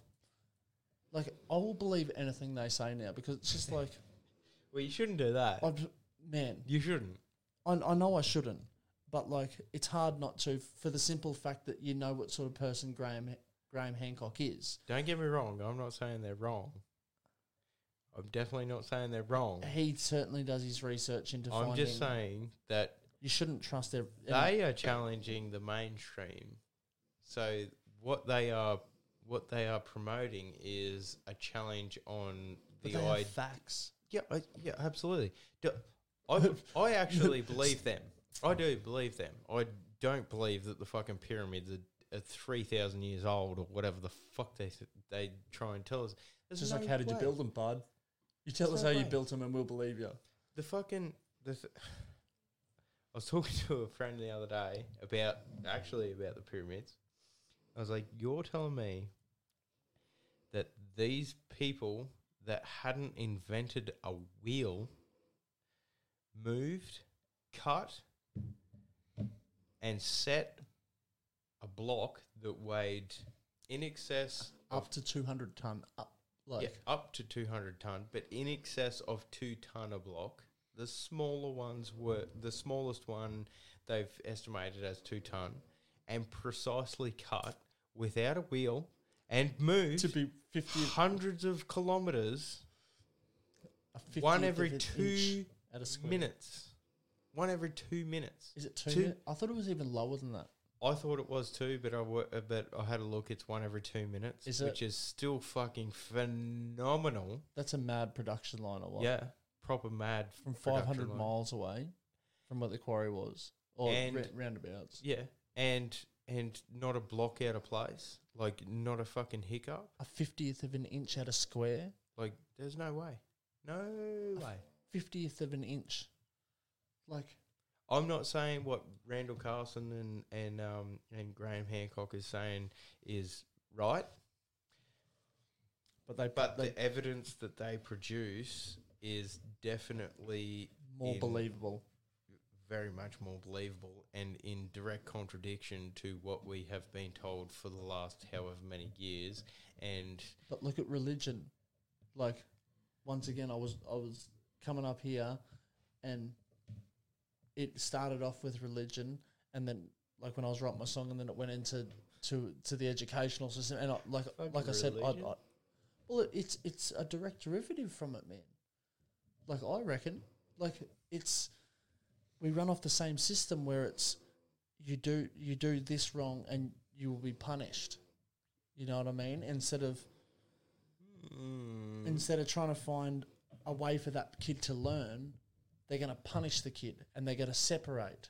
Like, I will believe anything they say now because it's just like, well you shouldn't do that I'm, man, you shouldn't I, I know I shouldn't, but like, it's hard not to for the simple fact that you know what sort of person Graham Graham Hancock is. Don't get me wrong. I'm not saying they're wrong. I'm definitely not saying they're wrong. He certainly does his research into. I'm finding, just saying that you shouldn't trust their. they are challenging the mainstream. So what they are what they are promoting is a challenge on but the they have idea. facts. Yeah, I, yeah, absolutely. Do- I, I actually believe them. I do believe them. I don't believe that the fucking pyramids are, are three thousand years old or whatever the fuck they they try and tell us. There's It's just like, no how did you way. build them, bud? You tell There's us no how you way. built them, and we'll believe you. the fucking the th- I was talking to a friend the other day about actually about the pyramids. I was like, "You're telling me that these people that hadn't invented a wheel moved, cut, and set a block that weighed in excess Up to two hundred ton, up like yeah, up to 200 ton, but in excess of two ton a block. The smaller ones were the smallest one they've estimated as two ton, and precisely cut without a wheel and moved To be fifty, hundreds of kilometers, a 50th one of every an inch two at a square. minutes. One every two minutes. Is it two? Two- minute? I thought it was even lower than that. I thought it was two, but I wa- uh, but I had a look. It's one every two minutes, Is which is still fucking phenomenal. That's a mad production line or what? Yeah, proper mad From production 500 line. miles away from what the quarry was or And- ra- roundabouts. Yeah, and and not a block out of place, like not a fucking hiccup. A 50th of an inch at a square. Like there's no way, no way. 50th of an inch. Like, I'm not saying what Randall Carlson and and um and Graham Hancock is saying is right, but they but they the evidence that they produce is definitely more in- believable. very much more believable and in direct contradiction to what we have been told for the last however many years and But look at religion. Like, once again, I was I was coming up here, and it started off with religion, and then like when I was writing my song, and then it went into to to the educational system, and I, like Fucking like I said, I, religion. I well, it, it's it's a direct derivative from it, man. Like I reckon, like it's we run off the same system where it's you do you do this wrong and you will be punished You know what I mean? Instead of Mm. instead of trying to find a way for that kid to learn, they're going to punish the kid and they're going to separate.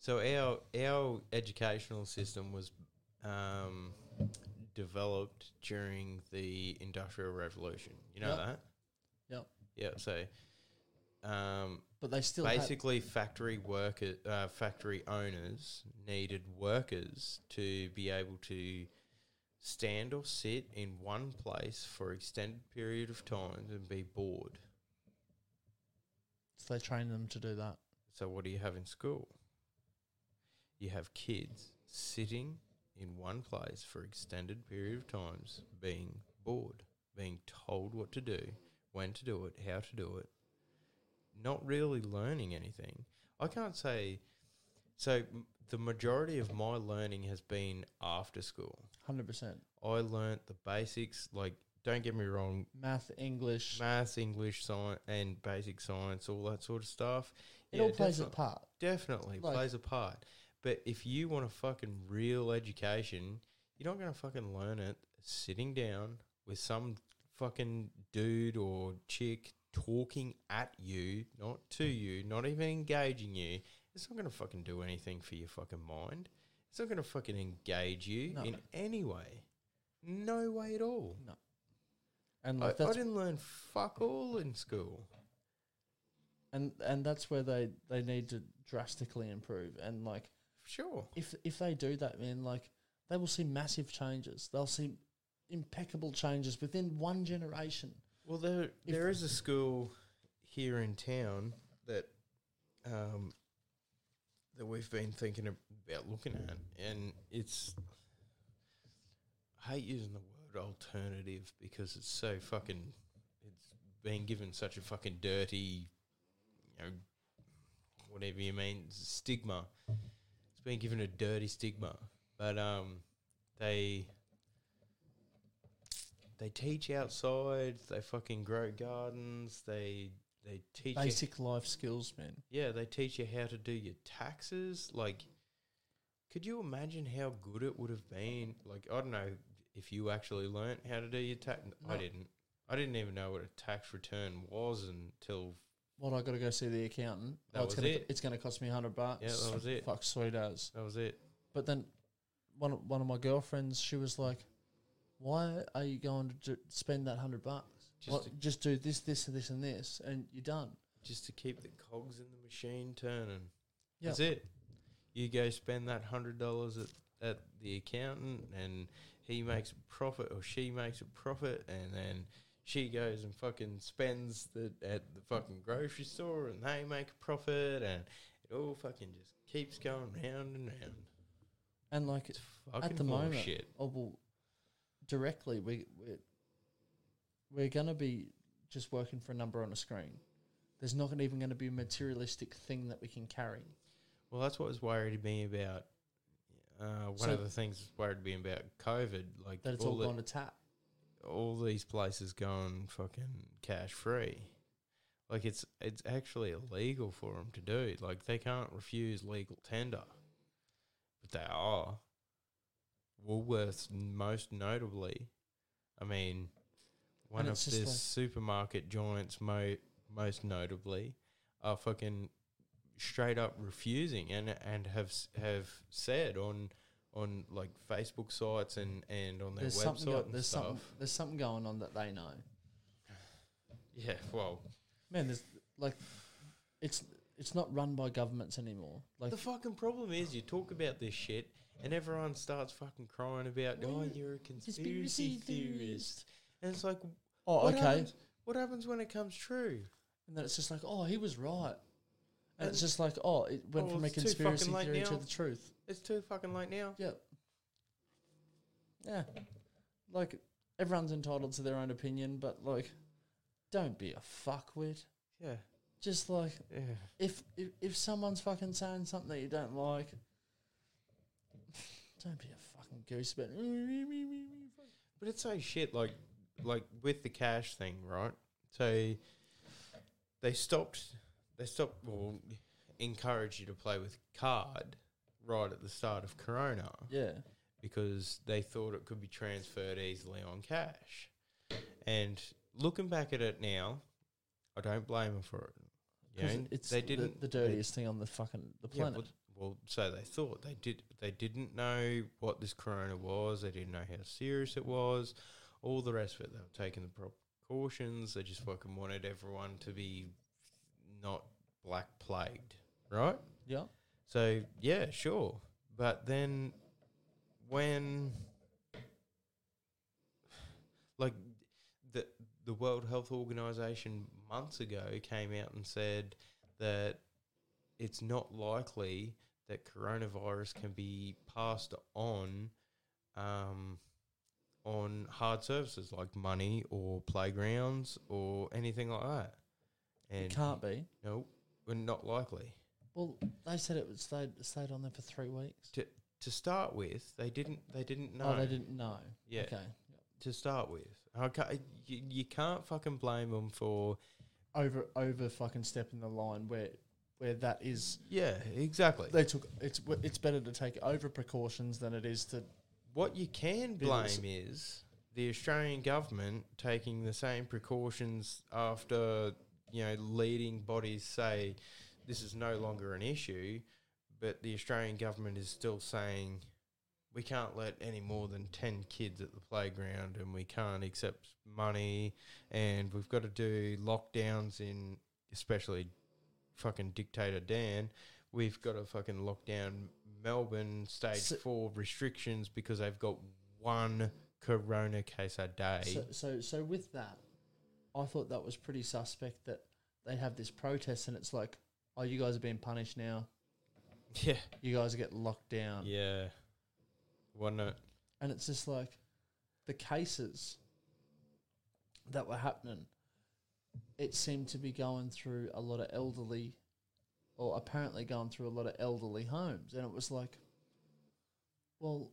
So our our educational system was um, developed during the Industrial Revolution. You know Yep. that? Yep. Yeah. So um, But they still had- basically, factory worker, uh, factory owners needed workers to be able to stand or sit in one place for extended period of time and be bored. so they train them to do that. So what do you have in school? You have kids sitting in one place for extended period of times, being bored, being told what to do, when to do it, how to do it, not really learning anything. I can't say. So m- the majority of my learning has been after school. Hundred percent I learnt the basics. Like, don't get me wrong, math, English. math, English, science, and basic science, all that sort of stuff. it Yeah, all plays a definite- part. Definitely Like- plays a part. But if you want a fucking real education, you're not going to fucking learn it sitting down with some fucking dude or chick talking at you, not to Mm. you, not even engaging you. It's not going to fucking do anything for your fucking mind. It's not going to fucking engage you No. in any way. No way at all. And I, Mm, like I that's didn't learn fuck all in school. and and that's where they they need to drastically improve. And like Sure. if if they do that, man, like they will see massive changes. They'll see impeccable changes within one generation. Well, there If- there is a school here in town that um, that we've been thinking ab- about looking at, and it's I hate using the word alternative because it's so fucking it's been given such a fucking dirty, you know, whatever you mean stigma. It's been given a dirty stigma, but um, they they teach outside. They fucking grow gardens. They they teach you- Basic life skills, man. yeah, they teach you how to do your taxes. Like, could you imagine how good it would have been? Like, I don't know if you actually learnt how to do your tax. I No. didn't. I didn't even know what a tax return was until What I got to go see the accountant. That oh, it's was gonna it. it's gonna cost me hundred bucks. yeah, that was it. Fuck, sweet as. That was it. But then one of- one of my girlfriends, she was like, "Why are you going to do, spend that hundred bucks? Just Well, to- just do this, this, and this, and this, and you're done." Just to keep the cogs in the machine turning. Yeah. That's it. You go spend that hundred dollars at at the accountant, and he makes a profit or she makes a profit, and then she goes and fucking spends the at the fucking grocery store, and they make a profit, and it all fucking just keeps going round and round. And like It's fucking the moment- bullshit. oh well, directly we we're, we're gonna be just working for a number on a screen. There's not gonna even gonna be a materialistic thing that we can carry. Well, that's what was worried me about. Uh, one So- of the things that's worried me about COVID, like That it's all all, the- gone to tap. all these places going fucking cash free. Like it's it's actually illegal for them to do. Like they can't refuse legal tender, but they are. Woolworths, most notably, I mean, one of it's just the like- supermarket giants, mo- most notably, are fucking straight up refusing and and have s- have said on on like Facebook sites and and on their There's website something. go- and there's stuff. something. There's something going on that they know. Yeah, well, Man, there's like, it's it's not run by governments anymore. Like the fucking problem is you talk about this shit and everyone starts fucking crying about, oh, you're a conspiracy theorist. And it's like, Oh, what okay. Happens, what happens when it comes true? And then it's just like, oh, he was right. And, And- it's just like, oh, it went Oh, from a it's too fucking conspiracy late theory now. to the truth. It's too fucking late now. Yeah. Yeah. Like, everyone's entitled to their own opinion, but, like, don't be a fuckwit. Yeah, Just like, yeah. if, if, if someone's fucking saying something that you don't like, don't be a fucking goose about But it's so shit, like, like with the cash thing, right? So they stopped, they stopped, well, encouraged you to play with card right at the start of Corona. Yeah. because they thought it could be transferred easily on cash. And looking back at it now, I don't blame them for it. You 'Cause know, it's they the- didn't the, they- dirtiest thing on the fucking the yeah, planet. well, well, so they thought they did. They didn't know what this corona was. They didn't know how serious it was. All the rest of it. They were taking the precautions. They just fucking wanted everyone to be not black plagued, right? yeah. So yeah, sure. But then when like the the World Health Organization months ago came out and said that it's not likely that coronavirus can be passed on um, on hard services like money or playgrounds or anything like that. And It can't be. no, we're not likely. Well, they said it would stayed stayed on there for three weeks. to start with, they didn't. They didn't know. Oh, they didn't know. Yeah. Okay. To start with, okay, you, you can't fucking blame them for. Over over fucking stepping the line where where that is Yeah, exactly. they took it's w- it's better to take over precautions than it is to what you can Business. blame is the Australian government taking the same precautions after you know leading bodies say this is no longer an issue, but the Australian government is still saying we can't let any more than ten kids at the playground, and we can't accept money, and we've got to do lockdowns in especially fucking dictator Dan. We've got to fucking lock down Melbourne stage So- four restrictions because they've got one corona case a day. So, so, so with that, I thought that was pretty suspect that they have this protest and it's like, oh, you guys are being punished now. yeah, You guys get locked down, yeah. One not? and it's just like the cases that were happening. It seemed to be going through a lot of elderly, or apparently going through a lot of elderly homes, and it was like, well,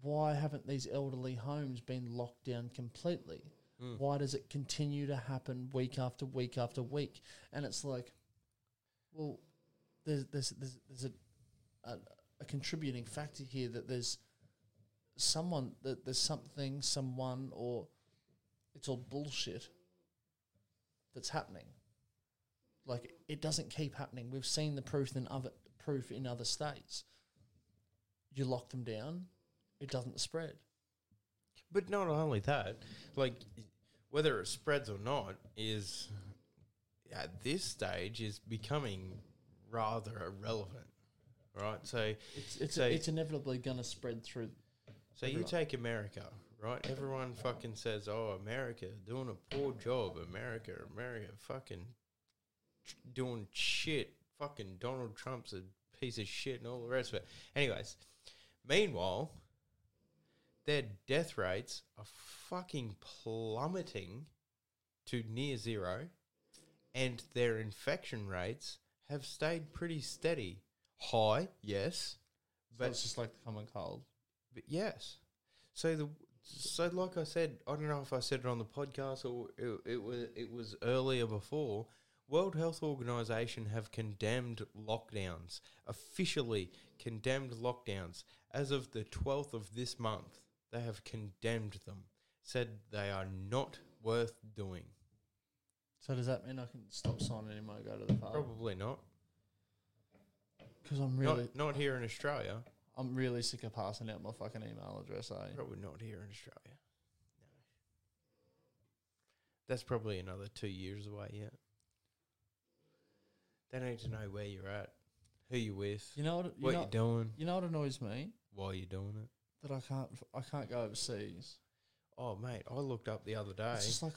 why haven't these elderly homes been locked down completely? Why does it continue to happen week after week after week? And it's like, well, there's there's there's, there's a, a a contributing factor here that there's someone that there's something, someone, or it's all bullshit that's happening. Like it doesn't keep happening. We've seen the proof in other proof in other states. You lock them down, it doesn't spread. But not only that, like whether it spreads or not is at this stage is becoming rather irrelevant, right? So It's it's So- it's inevitably going to spread through. So you take America, right? Everyone fucking says, "Oh, America doing a poor job. America, America, fucking ch- doing shit. Fucking Donald Trump's a piece of shit and all the rest of it." Anyways, meanwhile, their death rates are fucking plummeting to near zero, and their infection rates have stayed pretty steady. High, yes, But it's just like the common cold. but yes. So the so like I said, I don't know if I said it on the podcast or it, it was it was earlier before. World Health Organization have condemned lockdowns officially condemned lockdowns as of the twelfth of this month. They have condemned them, said they are not worth doing. So does that mean I can stop signing anymore? Go to the pub Probably not. because I'm really Not not here in Australia. I'm really sick of passing out my fucking email address. eh? I Probably not here in Australia. No. That's probably another two years away yet. They need to know where you're at, who you're with, you know what you what know, you're doing, you know what annoys me while you're doing it. that I can't I can't go overseas. Oh mate, I looked up the other day. It's just like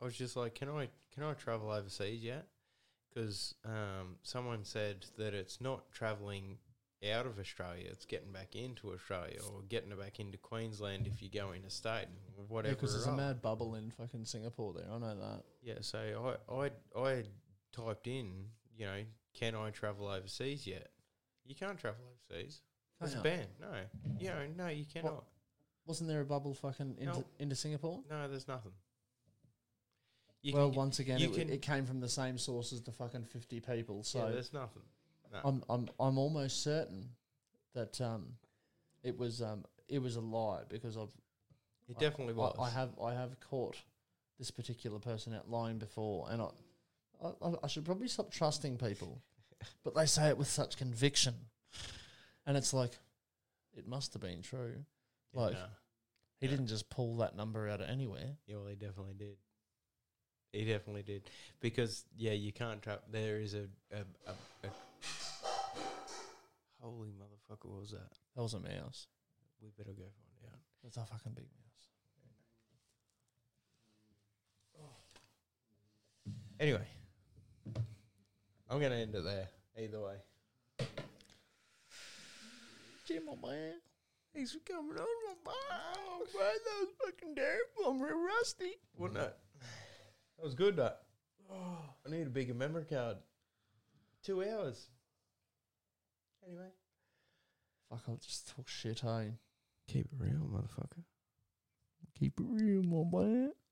I was just like, can I can I travel overseas yet? Because um, someone said that it's not traveling out of Australia; it's getting back into Australia or getting it back into Queensland if you go interstate, whatever. because there's a other. mad bubble in fucking Singapore there. I know that. Yeah, so I I I typed in, you know, can I travel overseas yet? You can't travel overseas. That's Can't ya? banned. No, you know, no, you cannot. Wasn't there a bubble fucking into, No. into Singapore? No, there's nothing. You well, can, once again, you it, w- can- it came from the same source as the fucking fifty people. yeah, So there's nothing. No. I'm I'm I'm almost certain that um, it was um it was a lie because I've It I- definitely I- was. I, have I have caught this particular person out lying before, and I, I I- I should probably stop trusting people, but they say it with such conviction, and it's like, it must have been true. Yeah, like- nah. He Yeah. didn't just pull that number out of anywhere. Yeah, well, he definitely did. He definitely did. Because, yeah, you can't trap. There is a, a, a, a. Holy motherfucker, what was that? That was a mouse. We better go find out. That's a fucking big mouse. Anyway, I'm going to end it there, either way. Jim, my man. Thanks for coming on, my boy. Oh, bro, that was fucking terrible. I'm real rusty. What no? That was good, though. Oh, I need a bigger memory card. Two hours. Anyway. Fuck, I'll just talk shit, hey. Keep it real, motherfucker. Keep it real, my man.